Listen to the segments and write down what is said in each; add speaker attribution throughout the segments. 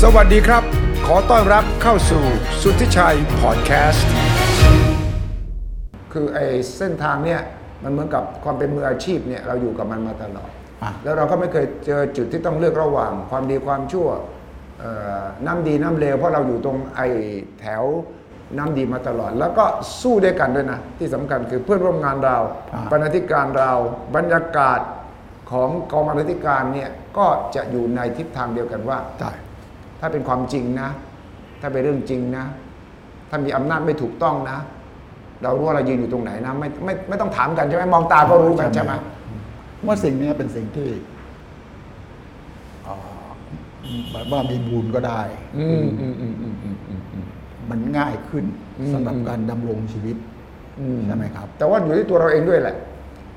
Speaker 1: สวัสดีครับ ขอต้อนรับเข้าสู่สุทธิชัยพอดแคสต์ คือไอ้เส้นทางเนี่ยมันเหมือนกับความเป็นมืออาชีพเนี่ยเราอยู่กับมันมาตลอด
Speaker 2: อ่ะ
Speaker 1: แล้วเราก็ไม่เคยเจอจุดที่ต้องเลือกระหว่างความดีความชั่วเอ่อน้ำดีน้ำเลวเพราะเราอยู่ตรงไอ้แถวน้ำดีมาตลอด แล้วก็สู้ด้วยกันด้วยนะ ที่สำคัญคือเพื่อนร่วมงานเรา
Speaker 2: อ่า
Speaker 1: บรรณาธิการเราบรรยากาศของกองบรรณาธิการเนี่ยก็จะอยู่ในทิศทางเดียวกันว่า
Speaker 2: ใช่
Speaker 1: ถ้าเป็นความจริงนะ ถ้าเป็นเรื่องจริงนะ ถ้ามีอำนาจไม่ถูกต้องนะ เรารู้ว่าเรายืนอยู่ตรงไหนนะไม่ไม่ไม่ต้องถามกันใช่ไหมมองตาก็รู้กันใช่ไหม
Speaker 2: ว่าสิ่งเนี้ยเป็นสิ่งที่เอ่อแบบว่ามีบุญก็ได้
Speaker 1: อืมอืมอืมอืมอืมอืม
Speaker 2: มันง่ายขึ้น
Speaker 1: อืม
Speaker 2: สำหรับการดำรงชีวิตใช่ไหมครับ
Speaker 1: แต่ว่าอยู่ที่ตัวเราเองด้วยแหละ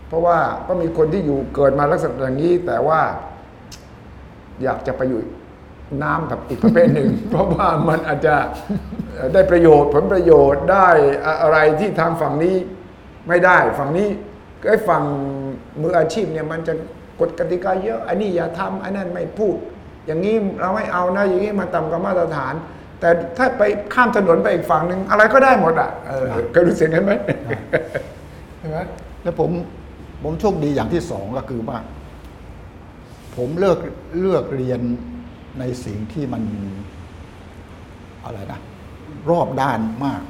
Speaker 1: เพราะว่าก็มีคนที่อยู่เกิดมาลักษณะอย่างนี้ แต่ว่า อยากจะไปอยู่น้ำแบบอีกประเภทหนึ่ง เพราะว่ามันอาจจะเอ่อได้ประโยชน์ผลประโยชน์ได้อะอะไรที่ทางฝั่งนี้ไม่ได้ ฝั่งนี้ไอ้ฝั่งมืออาชีพเนี่ยมันจะกฎกติกาเยอะอันนี้อย่าทำอันนั้นไม่พูด อย่างนี้เราไม่เอานะอย่างนี้มันต่ำกว่ามาตรฐาน แต่ถ้าไปข้ามถนนไปอีกฝั่งหนึ่งอะไรก็ได้หมดอ่ะเออเคยรู้สึกกันไหมใช่ไหม
Speaker 2: แล้วผมผมโชคดีอย่างที่สองก็คือว่า ผมเลือกเลือกเรียนในสิ่งที่มันอะไรนะ รอบด้านมาก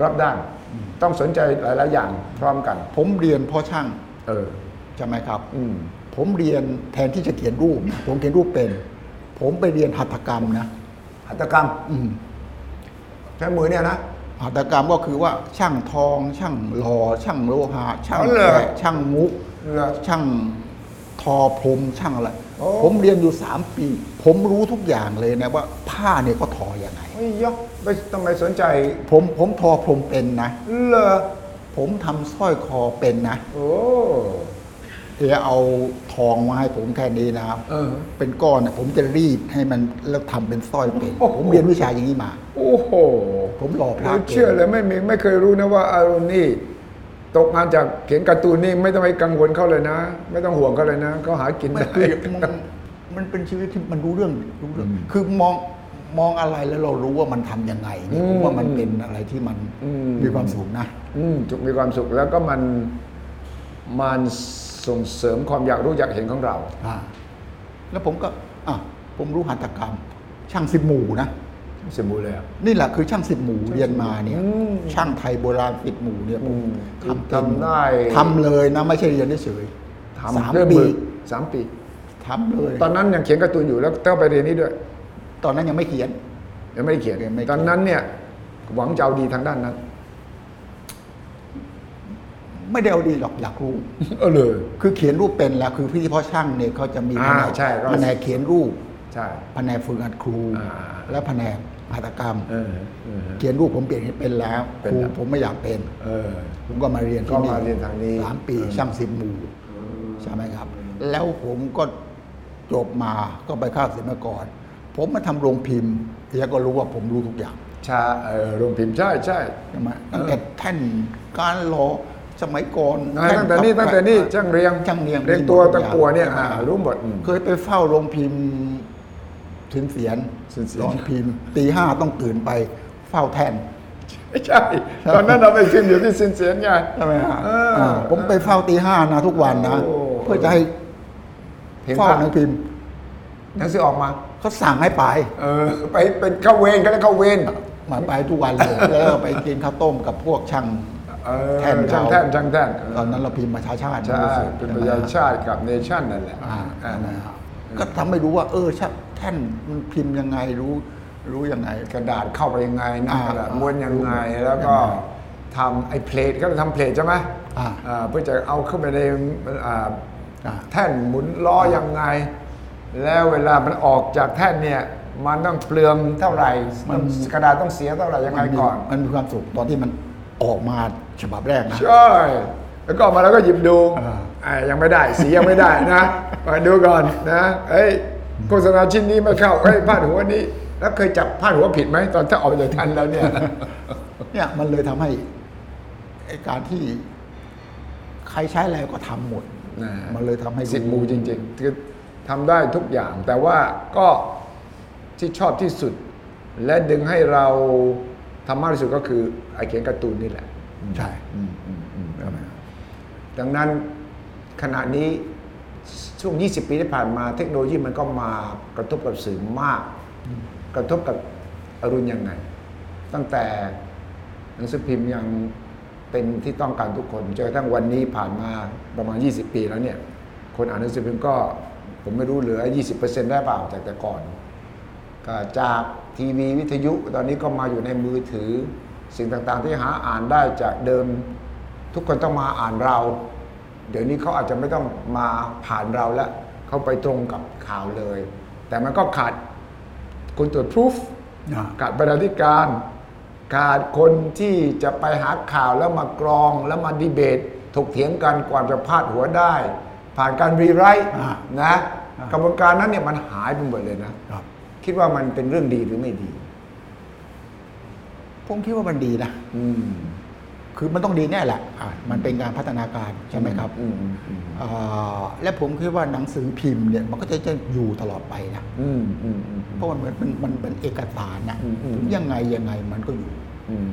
Speaker 1: รอบด้านต้องสนใจหลาย ๆ อย่างพร้อมกัน
Speaker 2: ผมเรียนเพราะช่าง
Speaker 1: เออ
Speaker 2: ใช่ไหมครับ
Speaker 1: อืม
Speaker 2: ผมเรียนแทนที่จะเขียนรูปนะผมเขียนรูปเป็น ผมไปเรียนหัตถกรรมนะ
Speaker 1: หัตถกรรม
Speaker 2: อืม
Speaker 1: ใช้มือเนี่ยนะ
Speaker 2: หัตถกรรมก็คือว่าช่างทอง ช่างหล่อช่างโลหะช่าง
Speaker 1: อ๋อเหรอ
Speaker 2: แกะช่างมุก
Speaker 1: เหรอ
Speaker 2: ช่างทอพรมช่างอะไร
Speaker 1: โอ้
Speaker 2: ผมเรียนอยู่สามปี ผมรู้ทุกอย่างเลยนะว่าผ้าเนี่ยก็ทอยังไง
Speaker 1: เฮ้ยยกไปทำไมสนใจ
Speaker 2: ผมผมทอพรมเป็นนะ
Speaker 1: เหรอ
Speaker 2: ผมทำสร้อยคอเป็นนะ
Speaker 1: โอ้
Speaker 2: เดี๋ยวเอาทองมาให้ผมแค่นี้นะ
Speaker 1: เออ
Speaker 2: เป็นก้อนนะผมจะรีดให้มันแล้วทำเป็นสร้อยเป็น
Speaker 1: โอ้โห
Speaker 2: ผมเรียนวิชาอย่างนี้มา
Speaker 1: โอ้โห
Speaker 2: ผมหล่อพระ
Speaker 1: เราเชื่อเลยไม่มีไม่เคยรู้นะว่าอารมณ์นี่ตกงานจากเขียนการ์ตูนนี่ไม่ต้องไปกังวลเขาเลยนะ ไม่ต้องห่วงเขาเลยนะเขาหากิน
Speaker 2: มัน
Speaker 1: ได้
Speaker 2: คือมันมันเป็นชีวิตที่มันรู้เรื่องรู้เรื่อง
Speaker 1: อืม
Speaker 2: คือมองมองอะไรแล้วเรารู้ว่ามันทำยังไงเนี่ย
Speaker 1: อืม
Speaker 2: ผมว่ามันเป็นอะไรที่มัน
Speaker 1: อืม
Speaker 2: มีความสุขนะ
Speaker 1: อืมจุกมีความสุขแล้วก็มันมันส่งเสริมความอยากรู้อยากเห็นของเรา
Speaker 2: อ่า แล้วผมก็อ่ะผมรู้หัตถกรรม ช่างสิบหมู่นะ
Speaker 1: สมบูรณ์เลยอะ
Speaker 2: นี่แหละคือช่างสิบหมู่เรียนมาเนี่ย
Speaker 1: อืม
Speaker 2: ช่างไทยโบราณสิบหมู่เนี่ยผม
Speaker 1: อืม
Speaker 2: เป็น
Speaker 1: ทำได้
Speaker 2: ทำเลยนะ ไม่ใช่เรียนเฉยๆ
Speaker 1: ทำ
Speaker 2: สาม
Speaker 1: ด้วย
Speaker 2: ปี
Speaker 1: มือสามปี
Speaker 2: ทำเลย
Speaker 1: ตอนนั้นยังเขียนการ์ตูนอยู่แล้วต้องไปเรียนนี้ด้วย
Speaker 2: ตอนนั้นยังไม่เขียน
Speaker 1: ยังไม่ได้เขียน
Speaker 2: ยังไม่เขียน
Speaker 1: ตอนนั้นเนี่ยหวังจะเอาดีทางด้านนั้น
Speaker 2: ไม่ได้เอาดีหรอกอยากรู้
Speaker 1: เออเลย
Speaker 2: คือเขียนรูปเป็นแล้วคือพี่พ่อช่างเนี่ยเขาจะมีแผ
Speaker 1: อ่าน
Speaker 2: ก
Speaker 1: ใช่ก็
Speaker 2: แผนกเขียนรูป
Speaker 1: ใช่
Speaker 2: แผนกฝึกงานครู
Speaker 1: อ่า
Speaker 2: และแผนกหัตถกรรม
Speaker 1: เออเออ
Speaker 2: เขียนรูปผมเปลี่ยนให้เป็นแล้ว
Speaker 1: เป็
Speaker 2: คน รู
Speaker 1: แล้ว
Speaker 2: ผมไม่อยากเป็น
Speaker 1: เออ
Speaker 2: ผมก็มาเรียนที่
Speaker 1: ก็มาเรียนทางนี้
Speaker 2: สามปี
Speaker 1: เออ
Speaker 2: ช่างสิบหมู่ใช่ไหมครับ แล้วผมก็จบมาก็ไปเข้าศิลปากรผมมาทำโรงพิมพ์เฮียก็รู้ว่าผมรู้ทุกอย่าง
Speaker 1: ชาเออโรงพิมพ์ใช่ใช่
Speaker 2: ใช่ไหมตั้งแต่แท่นการรอสมัยก่อน
Speaker 1: นะตั้งแต่
Speaker 2: ท่
Speaker 1: นี่ตั้งแต่นี่
Speaker 2: ปะ
Speaker 1: ช่างเรียง
Speaker 2: ช่างเรียง
Speaker 1: เรียงตัว
Speaker 2: มีหมด
Speaker 1: ตะ
Speaker 2: ทุอย่าง
Speaker 1: กัวเนี่ยอ่ารู้หมดอืม
Speaker 2: เคยไปเฝ้าโรงพิมพ์ถึงเสียน
Speaker 1: ถึงเสียน
Speaker 2: โรงพิมพ์ตีห้าต้องตื่นไปเฝ้าแทน
Speaker 1: ใช่ ตอนนั้นเราไปพิมพ์อยู่ที่ซินเซียนไง
Speaker 2: ใช่ไหมฮะ
Speaker 1: เออ
Speaker 2: อ่าผมไปเฝ้าตีห้านะทุกวันนะ
Speaker 1: โอ้
Speaker 2: เพื่อจะให้
Speaker 1: เห็น
Speaker 2: เฝ้า
Speaker 1: ภาพ
Speaker 2: หนังพิมพ์
Speaker 1: หนังสือออกมา
Speaker 2: เขาสั่งให้ไป
Speaker 1: เออ ไปเป็นเข้าเวรก็แล้วเข้าเวร
Speaker 2: หมายไปทุกวัน เลย แล้วก็ไปกินข้าวต้มกับพวกช่าง
Speaker 1: เออ
Speaker 2: แท่น
Speaker 1: ช่าง
Speaker 2: เขา
Speaker 1: แท่นช่างแท่นเออ
Speaker 2: ตอนนั้นเราพิมพ์ประชาชาติ
Speaker 1: ใช่
Speaker 2: รู้สึก
Speaker 1: เป็นป
Speaker 2: ใช่ไหม
Speaker 1: ระชา
Speaker 2: ฮะ
Speaker 1: ชาติกับเนชั่นนั่นแหละ
Speaker 2: อ่า
Speaker 1: อ่า
Speaker 2: นะฮะก็ทำให้รู้ว่า เออชางแท่นมันพิมพ์ยังไงรู้รู้ยังไง
Speaker 1: กระดาษเข้าไปยังไงนะ
Speaker 2: อ่าก
Speaker 1: ระดาษม้วนยังไง
Speaker 2: รู้
Speaker 1: แล้วก็
Speaker 2: ยังไ
Speaker 1: ทำไอ้เพลทก็ทำเพลทใช่ไหม
Speaker 2: อ่า
Speaker 1: อ่าเพื่อจะเอาเข้าไปในอ่า
Speaker 2: อ่า
Speaker 1: แท่นหมุนล้อยังไง แล้วเวลามันออกจากแท่นเนี่ยมันต้องเปลืองเท่าไหร่ต้องกระดาษต้องเสียเท่าไหร่ยังไง
Speaker 2: มัมี
Speaker 1: ก่อน
Speaker 2: มันมีความสุขตอนที่มันออกมาฉบับแรกนะ
Speaker 1: ใช่แล้วก็เอามาแล้วก็หยิบดู
Speaker 2: อ่า
Speaker 1: อ่ายังไม่ได้สียังไม่ได้ นะมาดูก่อนนะเอ้ยโฆษณาชิ้นนี้ไม่เข้าเอ้ยพาดหัวนี้ แล้วเคยจับพาดหัวผิดไหมตอนถ้าออกจากแท่นแล้ว เนี่ย
Speaker 2: เนี่ยมันเลยทำให้ไอ้การที่ใครใช้อะไรก็ทำหมด
Speaker 1: นะ
Speaker 2: มันเลยทำให้
Speaker 1: สิทธิ์มูจริงๆคือทำได้ทุกอย่าง แต่ว่าก็ ที่ชอบที่สุด และดึงให้เราทำมากที่สุดก็คือไอเขียนการ์ตูนนี่แหละ
Speaker 2: ใช่
Speaker 1: ดังนั้นขณะนี้ช่วง 20 ปีที่ผ่านมาเทคโนโลยีมันก็มากระทบกับสื่อมาก กระทบกับอรุณยังไง ตั้งแต่หนังสือพิมพ์ยังเป็นที่ต้องการทุกคนจนกระทั่งวันนี้ผ่านมาประมาณ 20 ปีแล้วเนี่ย คนอ่านหนังสือพิมพ์ก็ผมไม่รู้เหลือ 20%ได้เปล่าจากแต่ก่อน ก็จากทีวีวิทยุตอนนี้ก็มาอยู่ในมือถือ สิ่งต่างๆที่หาอ่านได้จากเดิมทุกคนต้องมาอ่านเรา เดี๋ยวนี้เขาอาจจะไม่ต้องมาผ่านเราแล้วเขาไปตรงกับข่าวเลย แต่มันก็ขาดคนตรวจพิสูจ
Speaker 2: อ่า
Speaker 1: ขาดบรรณาธิการขาดคนที่จะไปหาข่าวแล้วมากรองแล้วมาดีเบต ถกเถียงกันก่อนจะพาดหัวได้ ผ่านการรีไรต์
Speaker 2: อ่า
Speaker 1: นะ
Speaker 2: อ่าก
Speaker 1: ระบวนการนั้นเนี่ยมันหายไปหมดเลยนะครับ คิดว่ามันเป็นเรื่องดีหรือไม่ดี
Speaker 2: ผมคิดว่ามันดีนะ
Speaker 1: อืม
Speaker 2: คือมันต้องดีแน่แหละอ่ะมันเป็นการพัฒนาการใช่ไหมครับ
Speaker 1: อืมอืมอืม
Speaker 2: อ่าและผมคิดว่าหนังสือพิมพ์เนี่ยมันก็จะจะอยู่ตลอดไปนะ
Speaker 1: อืมอืมอืม
Speaker 2: เพราะมันเหมือนมันมันเป็นเอกสารนะ
Speaker 1: อืมอืม
Speaker 2: ถึงยังไงยังไงมันก็อยู่
Speaker 1: อืม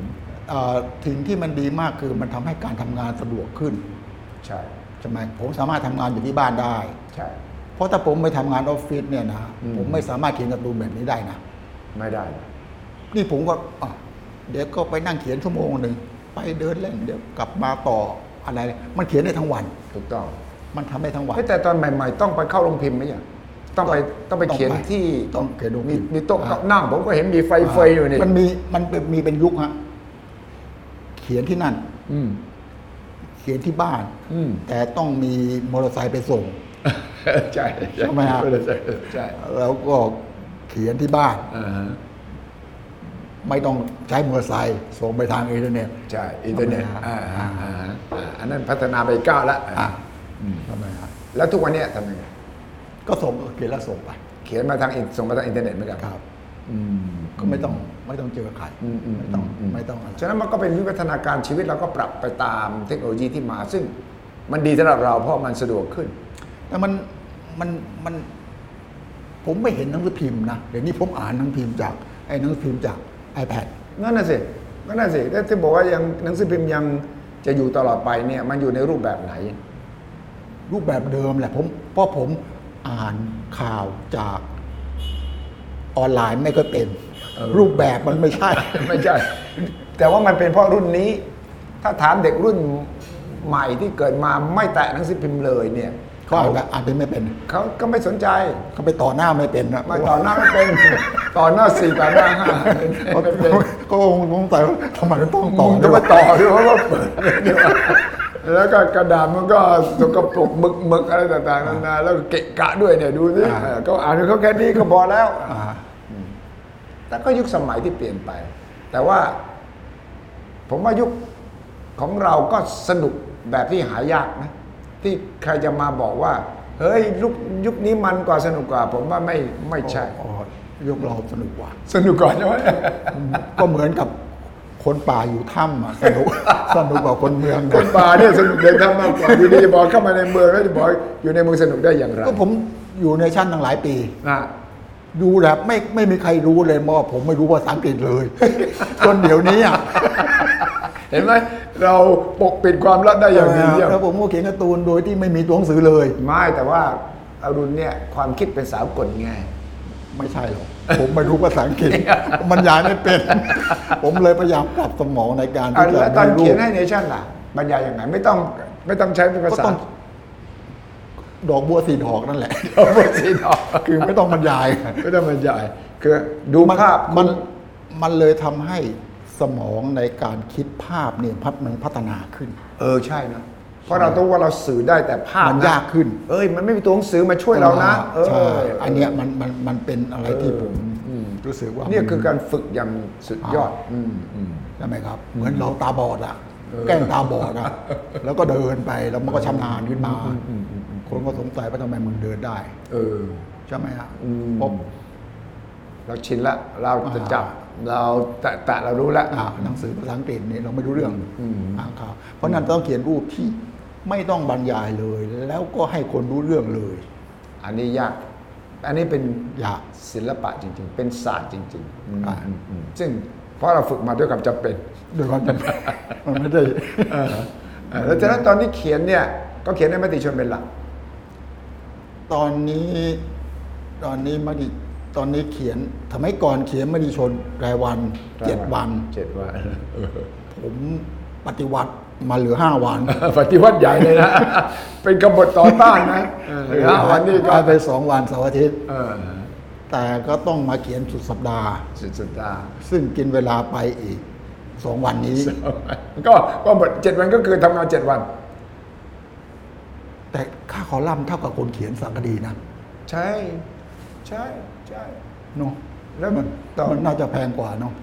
Speaker 2: อ่าถึงที่มันดีมากคือมันทำให้การทำงานสะดวกขึ้น
Speaker 1: ใช่
Speaker 2: ใช่ไหมผมสามารถทำงานอยู่ที่บ้านได้
Speaker 1: ใช่
Speaker 2: เพราะถ้าผมไปทำงานออฟฟิศเนี่ยนะ
Speaker 1: อืม
Speaker 2: ผมไม่สามารถเขียนการ์ตูนแบบนี้ได้นะ
Speaker 1: ไม่ได้
Speaker 2: นี่ผมก็อ่ะเดี๋ยวก็ไปนั่งเขียนชั่วโมงหนึ่งไปเดินเล่นเดี๋ยวกลับมาต่ออะไร มันเขียนได้ทั้งวัน
Speaker 1: ถูกต้อง
Speaker 2: มันทำได้ทั้งวัน
Speaker 1: เฮ้ยแต่ตอนใหม่ ๆ ต้องไปเข้าโรงพิมพ์ไหมเนี่ยต้องไปต้องไปเขียนที่
Speaker 2: ต้องเขียนโรงพิ
Speaker 1: มี
Speaker 2: มพ์
Speaker 1: มีโต๊ะ
Speaker 2: อ่า
Speaker 1: เก้านั่งผมก็เห็นมีไฟเฟยอยู่นี่
Speaker 2: มันมีมันเป็นมีเป็นยุคฮะเขียนที่นั่น
Speaker 1: อืม
Speaker 2: เขียนที่บ้าน
Speaker 1: อืม
Speaker 2: แต่ต้องมีมอเตอร์ไซค์ไปส่ง
Speaker 1: ใช่
Speaker 2: ใช่ไหมฮะ
Speaker 1: ใช่ใช่
Speaker 2: แล้วก็เขียนที่บ้าน
Speaker 1: อ่าฮะ
Speaker 2: ไม่ต้องใช้มอเตอร์ไซค์ส่งไปทางอินเทอร์เน็ต
Speaker 1: ใช่อินเทอร์เน็ต
Speaker 2: ใช่ไหมฮะ
Speaker 1: อ่าฮะอ่าฮะอ่าอันนั้นพัฒนาไปก้าวละ
Speaker 2: อ่ะ
Speaker 1: อ่า
Speaker 2: ทำไมฮะ
Speaker 1: แล้วทุกวันเนี้ยทำยังไง
Speaker 2: ก็ส่งก็เขียนแล้วส่งไป
Speaker 1: เขียนมาทางอินส่งมาทางอินเทอร์เน็ตเหมือนกัน
Speaker 2: ครับ
Speaker 1: อืม
Speaker 2: ก็ไม่ต้องไม่ต้องเจอใคร
Speaker 1: อืมอืม
Speaker 2: ไม่ต้อง
Speaker 1: อืม
Speaker 2: ไม่ต้องอะไร
Speaker 1: ฉะนั้นมันก็เป็นวิวัฒนาการชีวิตเราก็ปรับไปตามเทคโนโลยีที่มา ซึ่งมันดีสำหรับเราเพราะมันสะดวกขึ้น
Speaker 2: แต่มันมันมัน ผมไม่เห็นหนังสือพิมพ์นะเดี๋ยวนี้ผมอ่านหนังสือพิมพ์จากไอ้หนังสือพิมพ์จาก iPad
Speaker 1: นั่นน่ะสินั่นน่ะสิแล้วที่บอกว่ายังหนังสือพิมพ์ยังจะอยู่ตลอดไปเนี่ยมันอยู่ในรูปแบบไหน
Speaker 2: รูปแบบเดิมแหละผมเพราะผมอ่านข่าวจากออนไลน์ไม่ก็เป็น
Speaker 1: เออ
Speaker 2: รูปแบบมันไม่ใช่
Speaker 1: ไม่ใช่ แต่ว่ามันเป็นเพราะรุ่นนี้ ถ้าถามเด็กรุ่นใหม่ที่เกิดมาไม่แตะหนังสือพิมพ์เลยเนี่ย
Speaker 2: เขาอ่านแบบอ่านเป็นไม่เป็น
Speaker 1: เขาก็ไม่สนใจ
Speaker 2: เขาไปต่อหน้าไม่เป็นนะ
Speaker 1: มาต่อหน้าไม่เป็น ต่อหน้าสี่ต่อหน้า ห้า
Speaker 2: เขา
Speaker 1: ไม่เป็น
Speaker 2: ก็คงสงสัยว่าทำไมมันต้อง
Speaker 1: ต่
Speaker 2: ต่
Speaker 1: อ
Speaker 2: อ
Speaker 1: จะ
Speaker 2: ด้วย
Speaker 1: มาต่อ ด้วยเพราะว่าเปิดแล้วก็กระดาษมันก็สกปรกหมึกหมึกอะไรต่างๆนานาแล้วก็เกะกะด้วยเนี่ยดูสิเออก็อ่านของเขาแค่นี้ก็พอแล้ว
Speaker 2: อ่า
Speaker 1: แต่ก็ยุคสมัยที่เปลี่ยนไป แต่ว่าผมว่ายุคของเราก็สนุกแบบที่หายากนะ ที่ใครจะมาบอกว่า เฮ้ยยุคยุคนี้มันกว่าสนุกกว่า ผมว่าไม่ไม่ใช่
Speaker 2: อ๋อยุคเราสนุกกว่า
Speaker 1: สนุกกว่าใช่ไหม
Speaker 2: ก็เหมือนกับคนป่าอยู่ถ้ำอะส นุก สนุกกว่าคนเมือง
Speaker 1: คนป่าเนี่ยสนุกเดินทางมากกว่าอยู่ดีจะบอกเข้ามาในเมืองแล้วจะบอกอยู่ในเมืองสนุกได้อย่างไร
Speaker 2: ก็ผมอยู่ในชั้นตั้งหลายปี
Speaker 1: นะ
Speaker 2: ดูแบบไม่ไม่มีใครรู้เลยว่าผมไม่รู้ภาษาอังกฤษเลย จนเดี๋ยวนี้อ่ะ
Speaker 1: เห็นไหมเราปกปิดความลับได้อย่างดีเยี่ยม
Speaker 2: แล้วผมก็เขียนการ์ตูนโดยที่ไม่มีตัวหนังสือเลย
Speaker 1: ไม่แต่ว่าอรุณเนี่ยความคิดเป็นสาวกลไง
Speaker 2: ไม่ใช่หรอกผมไม่รู้ภาษาอั งกฤษ มันยายไม่เป็น ผมเลยพยายามปรับสมองในการ
Speaker 1: อะ
Speaker 2: ที่จะ
Speaker 1: แล้วตอน
Speaker 2: รู้
Speaker 1: เขียนให้เนชั่นล่ะบรรยายยังไงไม่ต้องไม่ต้องใช้เป็นภา
Speaker 2: ก็
Speaker 1: ษา
Speaker 2: ต้องดอกบัวสีดอกนั่นแหละ
Speaker 1: เอาภาษาจีนออก
Speaker 2: คือไม่ต้องบรรยาย
Speaker 1: ไม่ต้องบรรยายคือดูภาพ
Speaker 2: มันมันเลยทำให้สมองในการคิดภาพเนี่ยพัฒมันพัฒนาขึ้น
Speaker 1: เออใช่นะเพราะเราต้องว่าเราสื่อได้แต่ภาพ
Speaker 2: มันะ ยากขึ้น
Speaker 1: เอ้ยมันไม่มีตัวหนังสือมาช่วยเรานะเออ
Speaker 2: ใช่อันเนี้ยมันมันมันเป็นอะไรที่ผมรู้สึกว่า
Speaker 1: เนี่ยคือ
Speaker 2: มั
Speaker 1: การฝึกอย่างสุดยอด
Speaker 2: อ่า
Speaker 1: อืมอืม
Speaker 2: ใช่ไหมครับ เหมือนเราตาบอดอะแกล้งตาบอดอะแล้วก็เดินไปแล้วมันก็ชำนาญขึ้นมา
Speaker 1: อืมอืมอืม
Speaker 2: คนก็สงสัยว่าทำไมมึงเดินได้
Speaker 1: เออ
Speaker 2: ใช่ไหมฮะ
Speaker 1: อืม
Speaker 2: เพราะ
Speaker 1: เราชินละเราจะ
Speaker 2: อ่า
Speaker 1: จับเราแต่แต่เรารู้ละ
Speaker 2: อ่าหนังสือภาษาอังกฤษเนี่ยเราไม่รู้เรื่อง
Speaker 1: อืม
Speaker 2: อ่านข่าวเพราะนั้นต้องเขียนรูปที่ไม่ต้องบรรยายเลย แล้วก็ให้คนรู้เรื่องเลย
Speaker 1: อันนี้ยาก อันนี้เป็น
Speaker 2: อยาก
Speaker 1: ศิลปะจริง ๆ เป็นศาสตร์จริงๆอืม
Speaker 2: อ่า
Speaker 1: อืมอืมซึ่งเพราะเราฝึกมาด้วยความจำเป็น
Speaker 2: ด้วยความจำเป็น มันไม่ได้
Speaker 1: เออแล้วจากนั้นตอนที่เขียนเนี่ย ก็เขียนในมติชนเป็นหลัก
Speaker 2: ตอนนี้ตอนนี้มดิตอนนี้เขียนสมัยก่อนเขียนมดิชนรายวันเจ็ดวัน
Speaker 1: เจ็ดวัน
Speaker 2: ผมปฏิวัติมาเหลือห้าวัน
Speaker 1: ปฏิวัติใหญ่เลยนะ เป็นกบฏต่อต้านนะเออแล้ววันนี้ก็
Speaker 2: หายไปสองวันเสาร์อาทิตย์
Speaker 1: เออ
Speaker 2: แต่ก็ต้องมาเขียนสุดสัปดาห์
Speaker 1: สุดสุดตา ห์
Speaker 2: ซึ่งกินเวลาไปอีกสองวันนี้
Speaker 1: ก็ก็หมดเจ็ดวันก็คือทำงานเจ็ดวัน
Speaker 2: แต่ค่าคอลัมน์เท่ากับคนเขียนสารคดีนะ
Speaker 1: ใช่ใช่ใช่
Speaker 2: เนาะ
Speaker 1: แล้วมันต่อ
Speaker 2: มันน่าจะแพงกว่าเนาะ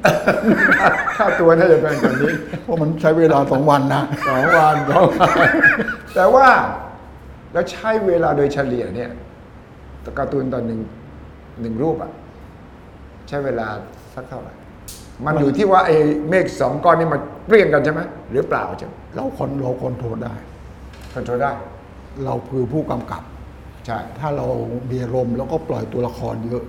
Speaker 1: ค่าตัวน่าจะเป็นแบบนี้
Speaker 2: เพราะมันใช้เวลาสองวันนะ
Speaker 1: สองวันสองวันแต่ว่าแล้วใช้เวลาโดยเฉลี่ยเนี่ยการ์ตูนตอนหนึ่งหนึ่งรูปอะใช้เวลาสักเท่าไหร่ มันอยู่ที่ว่าไอ้เมฆสองก้อนนี่มันเปลี่ยนกันใช่ไหมหรือเปล่าใช่ไหม
Speaker 2: เราคนเราคอนโทรลได้
Speaker 1: คอนโทรลได้
Speaker 2: เราคือผู้กำกับ
Speaker 1: ใช่
Speaker 2: ถ้าเรามีอารมณ์แล้วก็ปล่อยตัวละครเยอะ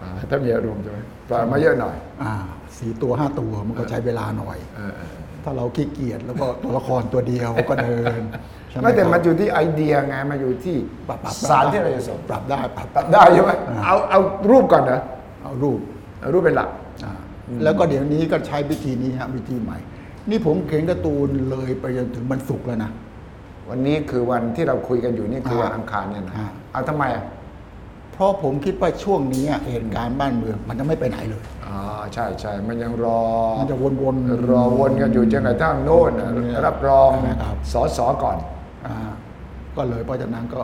Speaker 1: อ่าถ้ามีอารมณ์ใช่ไหมปล่อยมาเยอะหน่อย
Speaker 2: อ่าสี่ตัวห้าตัวมันก็ใช้เวลาหน่อย
Speaker 1: เออเออ
Speaker 2: ถ้าเราขี้เกียจแล้วก็ตัวละครตัวเดียวก็เดินใช่ห
Speaker 1: ไม่แต่มันอ
Speaker 2: ครับ
Speaker 1: ยู่ที่ไอเดียไงมันอยู่ที่
Speaker 2: ปรับปรับ
Speaker 1: สารที่เราจะส่ง
Speaker 2: ปรับได้ปรับ
Speaker 1: ปรับได้ใช่ไหมเอาเอารูปก่อนนะ
Speaker 2: เอารูป
Speaker 1: เอารูปเป็นหลัก
Speaker 2: อ่าแล้วก็เดี๋ยวนี้ก็ใช้วิธีนี้ฮะวิธีใหม่ นี่ผมเขียนการ์ตูนเลยไปจนถึงวันศุกร์แล้วนะ
Speaker 1: วันนี้คือวันที่เราคุยกันอยู่นี่คือวัน
Speaker 2: อ่า
Speaker 1: อังคารเนี่ยนะ
Speaker 2: อ่า
Speaker 1: เอาทำไมอ่ะ
Speaker 2: เพราะผมคิดว่าช่วงนี้เหตุการณ์บ้านเมืองมันจะไม่ไปไหนเลย
Speaker 1: อ๋อใช่ใช่มันยังรอ
Speaker 2: มันจะวนๆ
Speaker 1: รอวนกันอยู่จนกระทั่งโน่นน่ะ
Speaker 2: เนี่ย
Speaker 1: รับรอง
Speaker 2: นะครับ
Speaker 1: สอสอก่อน
Speaker 2: อ่าก็เลยเพราะฉะนั้นก็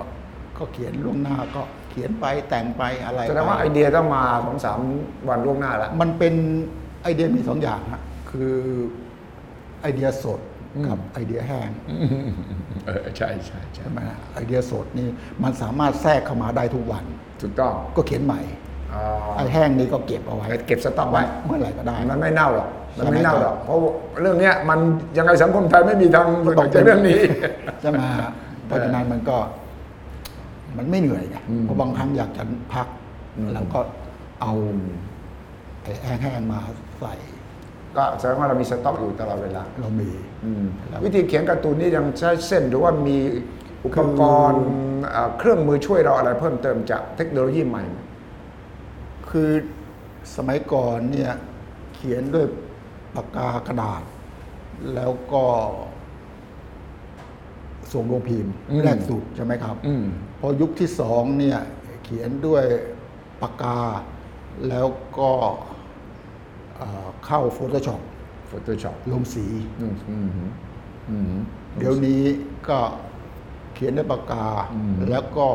Speaker 2: ก็เขียนล่วงหน้าก็เขียนไปแต่งไปอะไร
Speaker 1: แสดงว่า
Speaker 2: ไป
Speaker 1: ไอเดียต้องมาสองสามวันล่วงหน้าละ
Speaker 2: มันเป็นไอเดียมีสองอย่างฮะคือไอเดียสดกับไอเดียแห้ง
Speaker 1: เออใช่ใช่ใช่
Speaker 2: ใช่ไหมฮะไอเดียสดนี่มันสามารถแทรกเข้ามาได้ทุกวัน
Speaker 1: ถูกต้อง
Speaker 2: ก็เขียนใหม่
Speaker 1: อ๋อ
Speaker 2: ไอแห้งนี่ก็เก็บเอาไว้
Speaker 1: เก็บสต็อกไว้
Speaker 2: เมื่อไหร่ก็ได้
Speaker 1: มันไม่เน่าหรอกมันไม่เน่า
Speaker 2: ใช่ไหม
Speaker 1: หรอกเพราะเรื่องเนี้ยมันยังไงสังคมไทยไม่มีทาง
Speaker 2: ก็
Speaker 1: จากเรื่องนี้
Speaker 2: ใช่ไหมฮะเพราะฉะนั้นมันก็ มันไม่เหนื่อยไงเพราะบางครั้งอยากจะพักแล้วก็เอาไอ้แห้งๆมาใส่
Speaker 1: ก็แสดงว่าเรามีสต็อกอยู่ตลอดเวลา
Speaker 2: เรามีแล้ว
Speaker 1: วิธีเขียนการ์ตูนนี่ยังใช้เส้นหรือว่ามีอุปกรณ์เอ่อเครื่องมือช่วยเราอะไรเพิ่มเติมจากเทคโนโลยีใหม่ไหม
Speaker 2: คือสมัยก่อนเนี่ยเขียนด้วยปากกากระดาษ แล้วก็ส่งโรงพิมพ์แรกสุดใช่ไหมครับ พอยุคที่สองเนี่ยเขียนด้วยปากกา แล้วก็เอ่อเข้า Photoshop
Speaker 1: Photoshop
Speaker 2: ลงสี
Speaker 1: อืมอืมอืม
Speaker 2: เดี๋ยวนี้ก็เขียนด้วยปากกา แล้วก็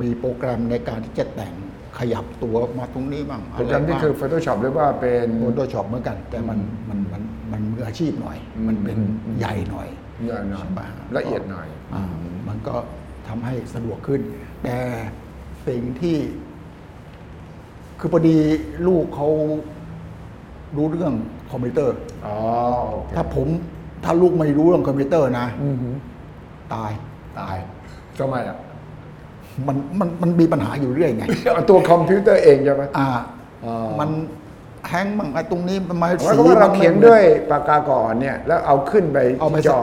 Speaker 2: มีโปรแกรมในการที่จะแต่งขยับตัวมาตรงนี้บ้าง
Speaker 1: โปรแกรมนี่
Speaker 2: ะไบ้าง
Speaker 1: คือ Photoshop หรือว่าเป็น
Speaker 2: โฟโต้ช็อปเหมือนกัน แต่มันมันมันมันมืออาชีพหน่อย
Speaker 1: อืม
Speaker 2: มันเป็นใหญ่หน่อย
Speaker 1: เนื้อหน่อย
Speaker 2: ใช่ป
Speaker 1: ละเอียดหน่อย
Speaker 2: ามันก็ทำให้สะดวกขึ้น แต่สิ่งที่ คือพอดีลูกเขารู้เรื่องคอมพิวเตอร์
Speaker 1: อ๋อโอเค
Speaker 2: ถ้าผมถ้าลูกไม่รู้เรื่องคอมพิวเตอร์นะ
Speaker 1: อืมฮึ
Speaker 2: ตาย
Speaker 1: ตายทำไมอ่ะ
Speaker 2: มันมันมันมีปัญหาอยู่เรื่อยไง
Speaker 1: เอาตัวคอมพิวเตอร์เองใช่ไหม
Speaker 2: อ่า
Speaker 1: อ๋อ
Speaker 2: มันแฮงก์บ้างไอ้ตรงนี้มันมา
Speaker 1: เพราะว่าเรา
Speaker 2: มัไม่
Speaker 1: เขียนด้วยปากกาก่อนเนี่ย แล้วเอาขึ้นไป
Speaker 2: เอาไป
Speaker 1: ที่จ
Speaker 2: ส
Speaker 1: อ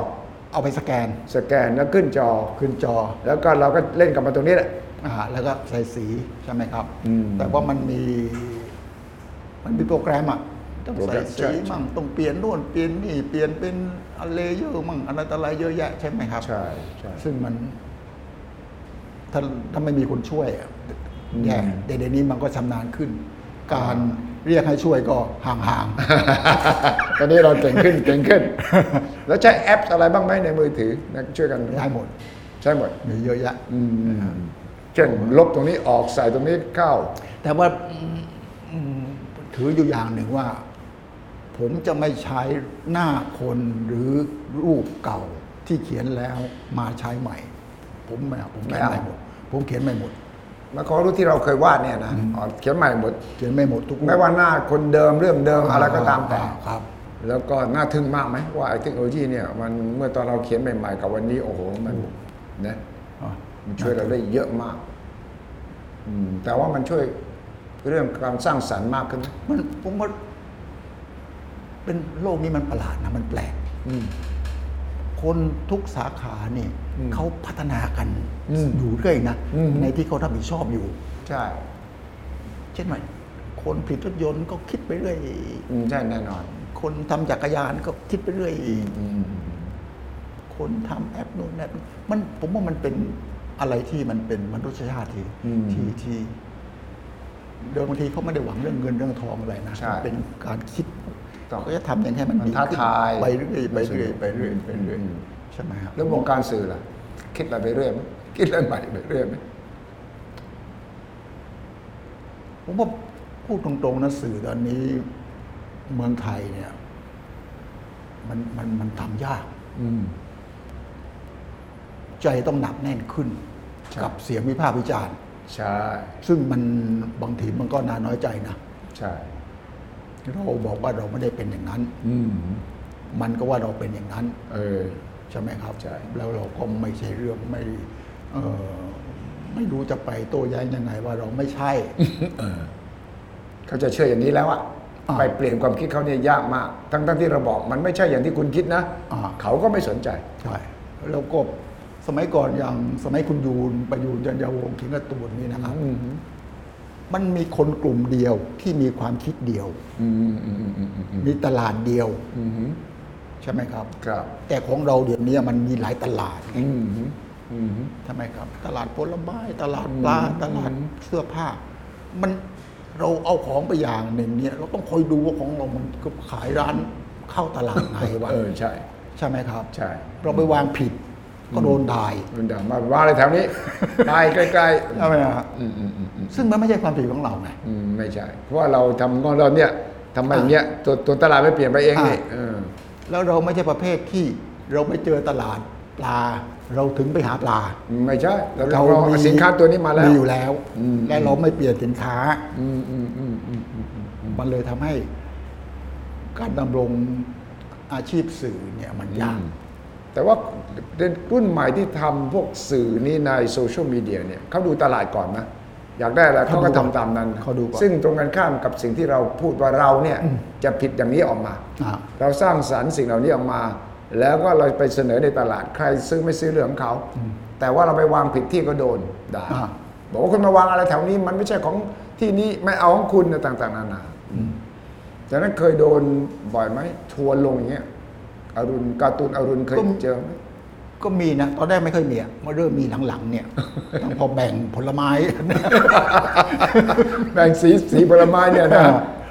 Speaker 2: เอาไปสแกน
Speaker 1: สแกนแล้วขึ้นจอ
Speaker 2: ขึ้นจอ
Speaker 1: แล้วก็เราก็เล่นกับมันตรงนี้แหละ
Speaker 2: อ่าแล้วก็ใส่สีใช่ไหมครับ
Speaker 1: อืม
Speaker 2: แต่ว่ามันมี มันมีโปรแกรมอะต้อง
Speaker 1: โปรแก
Speaker 2: ใส่
Speaker 1: รมใช่
Speaker 2: สีมั่งต้องเปลี่ยนนู่นเปลี่ยนนี่เปลี่ยนเป็นอะไรเยอะมั่งอะไรต่ออะไรเยอะแยะใช่ไหมครับ
Speaker 1: ใช่ใช่
Speaker 2: ซึ่งมัน ถ้าถ้าไม่มีคนช่วยอะ
Speaker 1: อืม
Speaker 2: แย่เดี๋ยวนี้มันก็ชำนาญขึ้น การเรียกให้ช่วยก็ห่าง
Speaker 1: ตอนนี้เราเก่งขึ้นเก่งขึ้น แล้วใช้แอปอะไรบ้างไหมในมือถือนะช่วยกัน
Speaker 2: ๆ ได้หมด
Speaker 1: ใช่หมด
Speaker 2: มีเยอะแยะ
Speaker 1: อืมเช่นลบตรงนี้ออกใส่ตรงนี้เข้า
Speaker 2: แต่ว่าอืมอืมถืออยู่อย่างหนึ่งว่า ผมจะไม่ใช้หน้าคนหรือรูปเก่าที่เขียนแล้วมาใช้ใหม่ ผมไม่เอาผมเขียน
Speaker 1: ไม่
Speaker 2: ให
Speaker 1: เอา
Speaker 2: ม่หมด ผมเขียนใหม่หมด
Speaker 1: มาขอรู้ที่เราเคยวาดเนี่ยนะอ๋อเขียนใหม่หมด
Speaker 2: เขียนไม่หมดทุกรูป
Speaker 1: ไม่ว่าหน้าคนเดิมเรื่องเดิมอะไรก็ตามแต่
Speaker 2: อ่ครับ
Speaker 1: แล้วก็น่าทึ่งมากไหมว่าไอ้เทคโนโลยีเนี่ยมันเมื่อตอนเราเขียนใหม่ ๆ กับวันนี้โอ้โหมันนะมันช่วยเราได้เยอะมาก อืมแต่ว่ามันช่วยเรื่องความสร้างสรรค์มากขึ้นไหม
Speaker 2: มันผมว่าเป็นโลกนี้มันประหลาดนะมันแปลก
Speaker 1: อืม
Speaker 2: คนทุกสาขาเนี่ย
Speaker 1: อืม
Speaker 2: เขาพัฒนากัน
Speaker 1: อืม
Speaker 2: อยู่เรื่อยนะ
Speaker 1: อืม
Speaker 2: ในที่เขารับผิดชอบอยู่
Speaker 1: ใช่
Speaker 2: เช่นว่าคนผลิตรถยนต์ก็คิดไปเรื่อย
Speaker 1: อืมใช่แน่นอน
Speaker 2: คนทำจักรยานก็คิดไปเรื่อย
Speaker 1: อืม
Speaker 2: คนทำแอปนู่นแอปนี่มันผมว่ามันเป็นอะไรที่มันเป็นมนุษยชาติที่
Speaker 1: อืม
Speaker 2: ที่ที่เดิมบางทีเขาไม่ได้หวังเรื่องเงินเรื่องทองอะไรนะ
Speaker 1: ใช่
Speaker 2: มันเป็นการคิด
Speaker 1: ต่อ
Speaker 2: เขาจะทำยังไงให้มัน
Speaker 1: มัน
Speaker 2: ดี
Speaker 1: ท้า
Speaker 2: ขึ้น
Speaker 1: ทาย
Speaker 2: ไปเรื่อยไปเรื่อยไปเรื่อยไปเรื่อย
Speaker 1: อืม
Speaker 2: ใช่ไหมครับ
Speaker 1: แล้ววงการสื่อล่ะ คิดอะไรไปเรื่อยไหมคิดเรื่องใหม่ไปเรื่อยไหม
Speaker 2: ผมว่าพูดตรงๆนะสื่อตอนนี้เมืองไทยเนี่ยมันมันมันทำยาก
Speaker 1: อืม
Speaker 2: ใจต้องหนักแน่นขึ้น
Speaker 1: ใช่
Speaker 2: กับเสียงวิพากษ์วิจารณ์
Speaker 1: ใช่
Speaker 2: ซึ่งมันบางทีมันก็น่าน้อยใจนะ
Speaker 1: ใช่
Speaker 2: เราบอกว่าเราไม่ได้เป็นอย่างนั้น
Speaker 1: อืม
Speaker 2: มันก็ว่าเราเป็นอย่างนั้น
Speaker 1: เออ
Speaker 2: ใช่ไหมครับ
Speaker 1: ใช่
Speaker 2: แล้วเราก็ไม่ใช่เรื่องไม่เอ่อไม่รู้จะไปโต้แย้งยังไงว่าเราไม่ใช่
Speaker 1: เขาจะเชื่ออย่างนี้แล้วอะ
Speaker 2: อ่า
Speaker 1: ไปเปลี่ยนความคิดเขาเนี่ยยากมาก ทั้งทั้งที่เราบอกมันไม่ใช่อย่างที่คุณคิดนะ
Speaker 2: อ่า
Speaker 1: เขาก็ไม่สนใจ
Speaker 2: ใช่แล้วก็สมัยก่อนอย่างสมัยคุณยูนประยูนจันยาวงศ์เขียนการ์ตูนนี่นะครับ
Speaker 1: อืม
Speaker 2: มันมีคนกลุ่มเดียวที่มีความคิดเดียว
Speaker 1: อืมอืมอืมอืมอืมอืม
Speaker 2: มีตลาดเดียว
Speaker 1: อืม
Speaker 2: ใช่ไหมครับ
Speaker 1: ครับ
Speaker 2: แต่ของเราเดี๋ยวนี้มันมีหลายตลาด
Speaker 1: อืมอืม
Speaker 2: ใช่ไหมครับ ตลาดผลไม้ตลาดปลา
Speaker 1: อืม
Speaker 2: ตลาดเสื้อผ้า มันเราเอาของไปอย่างหนึ่งเนี่ย เราต้องคอยดูว่าของเรามันก็ขายร้านเข้าตลาดไหนวะ
Speaker 1: เออใช่
Speaker 2: ใช่ไหมครับ
Speaker 1: ใช่
Speaker 2: เราไปวางผิดก็โดนด่าย
Speaker 1: มันด่ามาว่าอะไรแถ วนี้ ตายใกล้
Speaker 2: ใช่ไหมฮะ
Speaker 1: ๆอืมอืมอืมอืม
Speaker 2: ซึ่งมันไม่ใช่ความผิดของเราไง
Speaker 1: อืมไม่ใช่ เพราะว่าเราทำของเราเนี่ยทำไมอย่างเงี้ยตัวตัวตลาดไม่เปลี่ยนไปเองนี่
Speaker 2: อ่า
Speaker 1: เออ
Speaker 2: แล้วเราไม่ใช่ประเภทที่เราไปเจอตลาดปลา เราถึงไปหาปลา
Speaker 1: ไม่ใช่เราเราเอาสินค้าตัวนี้มาแล้ว
Speaker 2: มีอยู่แล้ว
Speaker 1: อืม
Speaker 2: และเราไม่เปลี่ยนสินค้า
Speaker 1: อืมอืมอืมอืมอืมอืม
Speaker 2: มันเลยทำให้ การดำรงอาชีพสื่อเนี่ยมันยาก
Speaker 1: แต่ว่ารุ่นใหม่ที่ทำพวกสื่อนี่ในโซเชียลมีเดียเนี่ยเขาดูตลาดก่อนนะ อยากได้อะไรเขาก็ทำตามนั้นนะ
Speaker 2: เขาดูก่อน
Speaker 1: ซึ่งตรงกันข้ามกับสิ่งที่เราพูดว่าเราเนี่ยจะผิดอย่างนี้ออกมา
Speaker 2: อ่า
Speaker 1: เราสร้างสรรค์สิ่งเหล่านี้ออกมา แล้วก็เราไปเสนอในตลาดใครซื้อไม่ซื้อเรื่องของเขา แต่ว่าเราไปวางผิดที่ก็โดนด่า
Speaker 2: อ่า
Speaker 1: บอกว่าคุณมาวางอะไรแถวนี้ มันไม่ใช่ของที่นี้ไม่เอาของคุณนะต่าง ๆ นานาจากนั้นเคยโดนบ่อยไหมทัวร์ลงอย่างเงี้ยอรุณการ์ตูนอรุณเคย
Speaker 2: ก็
Speaker 1: เจอไหม
Speaker 2: ก็มีนะ ตอนแรกไม่ค่อยมีอะมาเริ่มมีหลังๆ เนี่ย ตั้งพอแบ่งผลไม้
Speaker 1: แบ่งสีสีผลไม้เนี่ยนะ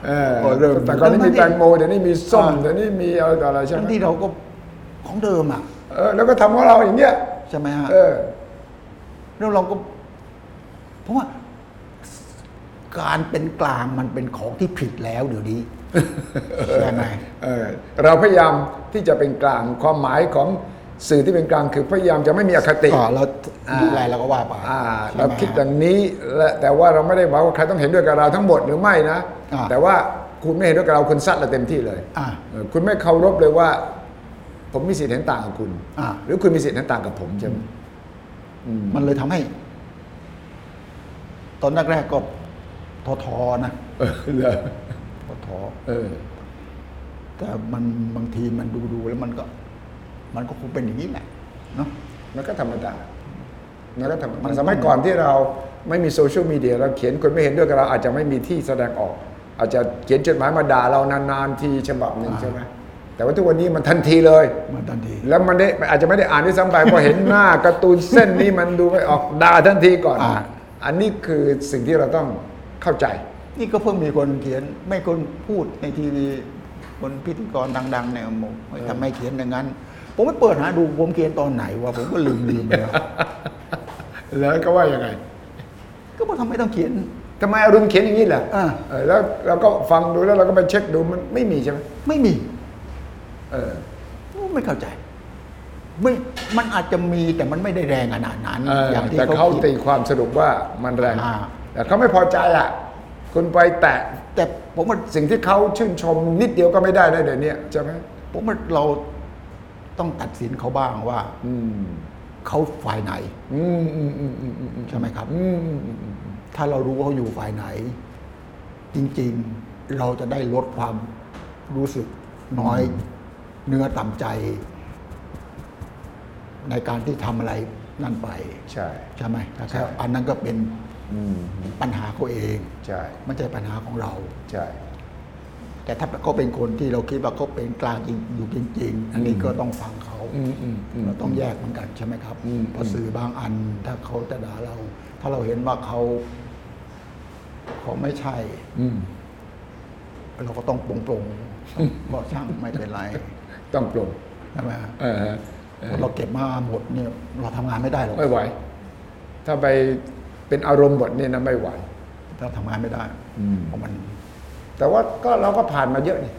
Speaker 1: เออ
Speaker 2: ก็เริ่ม
Speaker 1: แต่ก่อนนี้มีแตงโมเดี๋ยวนี้มีส้มเดี๋ยวนี้มีอะไรต่ออะไรใช่
Speaker 2: ทั้ง
Speaker 1: ไหม
Speaker 2: ที่เราก็ของเดิมอ่ะ
Speaker 1: เออแล้วก็ทำของเราอย่างเงี้ย
Speaker 2: ใช่ไหมฮะ
Speaker 1: เออ
Speaker 2: แล้วเราก็ เพราะว่าการเป็นกลางมันเป็นของที่ผิดแล้วเดี๋ยว นี้ ใช่ไหม
Speaker 1: เออเราพยายามที่จะเป็นกลางความหมายของสื่อที่เป็นกลางคือพยายามจะไม่มีอคติ
Speaker 2: อ่าเราดูแลเราก็ว่าไป
Speaker 1: อ่า
Speaker 2: ใช่ไหม
Speaker 1: เราคิดอย่างนี้และแต่ว่าเราไม่ได้หมายว่าใครต้องเห็นด้วยกับเราทั้งหมดหรือไม่นะ
Speaker 2: อ่า
Speaker 1: แต่ว่าคุณไม่เห็นด้วยกับเราคุณซัดเราเต็มที่เลย
Speaker 2: อ่า
Speaker 1: เออคุณไม่เคารพเลยว่า ผมมีสิทธิ์เห็นต่างกับคุณ
Speaker 2: อ่า
Speaker 1: หรือคุณมีสิทธิ์เห็นต่างกับผมใช่ไหมอืม
Speaker 2: มันเลยทำให้ ตอนแรกๆก็ทอทอนะ
Speaker 1: เออเหรอ
Speaker 2: ทอทอ
Speaker 1: เออ
Speaker 2: แต่มันบางทีมันดูดูๆแล้วมันก็ มันก็คงเป็นอย่างนี้แหละเนาะ
Speaker 1: มันก็ธรรมดามันก็ธรรมดาสมัยก่อนที่เราไม่มีโซเชียลมีเดียเราเขียนคนไม่เห็นด้วยกับเราอาจจะไม่มีที่แสดงออก อาจจะเขียนจดหมายมาด่าเรานานๆทีฉบับหนึ่ง
Speaker 2: อ่า
Speaker 1: ใช่ไหมแต่ว่าทุกวันนี้มันทันทีเลย
Speaker 2: มันทันที
Speaker 1: แล้วมันได้อาจจะไม่ได้อ่านด้วยซ้ำไปพอเห็นหน้า การ์ตูนเส้นนี้มันดูไม่ออกด่าทันทีก่อน
Speaker 2: อ่า
Speaker 1: อันนี้คือสิ่งที่เราต้องเข้าใจ
Speaker 2: นี่ก็เพิ่งมีคนเขียน ไม่คนพูดในทีวีคนพิธีกรดัง ๆ ในอมกทำไมเขียนอย่างนั้น ผมไปเปิดหาดูผมเขียนตอนไหนวะผมก็ลืมลืมๆไปแล้ว
Speaker 1: แล้วก็ว่ายังไง
Speaker 2: ก็บอกทำไมต้องเขียน
Speaker 1: ทำไมอรุณเขียนอย่างนี้ล่ะ
Speaker 2: อ่า
Speaker 1: เออแล้วเราก็ฟังดูแล้วเราก็ไปเช็คดูมันไม่มีใช่ไหม
Speaker 2: ไม่มี
Speaker 1: เออ
Speaker 2: ไม่เข้าใจ ไม่ มันอาจจะมีแต่มันไม่ได้แรงขนาดนั้น
Speaker 1: เออ
Speaker 2: อย่างที่
Speaker 1: แต่
Speaker 2: เขา
Speaker 1: เขา
Speaker 2: คิด
Speaker 1: ตีความสรุปว่ามันแรง
Speaker 2: อ่า
Speaker 1: แต่เขาไม่พอใจอ่ะ คุณไปแตะ
Speaker 2: แต่ผมว่า
Speaker 1: สิ่งที่เขาชื่นชมนิดเดียวก็ไม่ได้ได้เดี๋ยวนี้ใช่ไหม
Speaker 2: ผมว่าเราต้องตัดสินเขาบ้างว่า
Speaker 1: อืม
Speaker 2: เขาฝ่ายไหน
Speaker 1: อืมอืมอืมอืมอืม
Speaker 2: ใช่ไหมครับ
Speaker 1: อืมอืมอืม
Speaker 2: ถ้าเรารู้ว่าเขาอยู่ฝ่ายไหน จริงๆเราจะได้ลดความรู้สึกน้อยเนื้อต่ำใจ ในการที่ทำอะไรนั่นไป
Speaker 1: ใช่
Speaker 2: ใช่ไหมนะ
Speaker 1: ใช่
Speaker 2: ครับอันนั้นก็เป็น
Speaker 1: อืม
Speaker 2: ปัญหาเขาเอง
Speaker 1: ใช่
Speaker 2: ไม่ใช่ปัญหาของเรา
Speaker 1: ใช่
Speaker 2: แต่ถ้าเขาเป็นคนที่เราคิดว่าเขาเป็นกลางจริงอยู่จริง ๆ อันนี้ก็ต้องฟังเขา
Speaker 1: อืมอืมอืม
Speaker 2: เราต้องแยกเหมือนกันใช่ไหมครับ
Speaker 1: อืม
Speaker 2: เพราะสื่อบางอันถ้าเขาจะด่าเรา ถ้าเราเห็นว่าเขาเขาไม่ใช่
Speaker 1: อืม
Speaker 2: เราก็ต้องปรงปรงๆก็ช่างไม่เป็น ไร
Speaker 1: ต้องปลง
Speaker 2: ใช่ไหมฮะ
Speaker 1: เออฮะเออ
Speaker 2: เราเก็บมาหมดเนี่ยเราทำงานไม่ได้หรอก
Speaker 1: ไม่ไหว ถ้าไปเป็นอารมณ์บทเนี่ยนะไม่ไหว
Speaker 2: เราทำงานไม่ได้
Speaker 1: อืม
Speaker 2: เพราะมัน
Speaker 1: แต่ว่าก็เราก็ผ่านมาเยอะนี่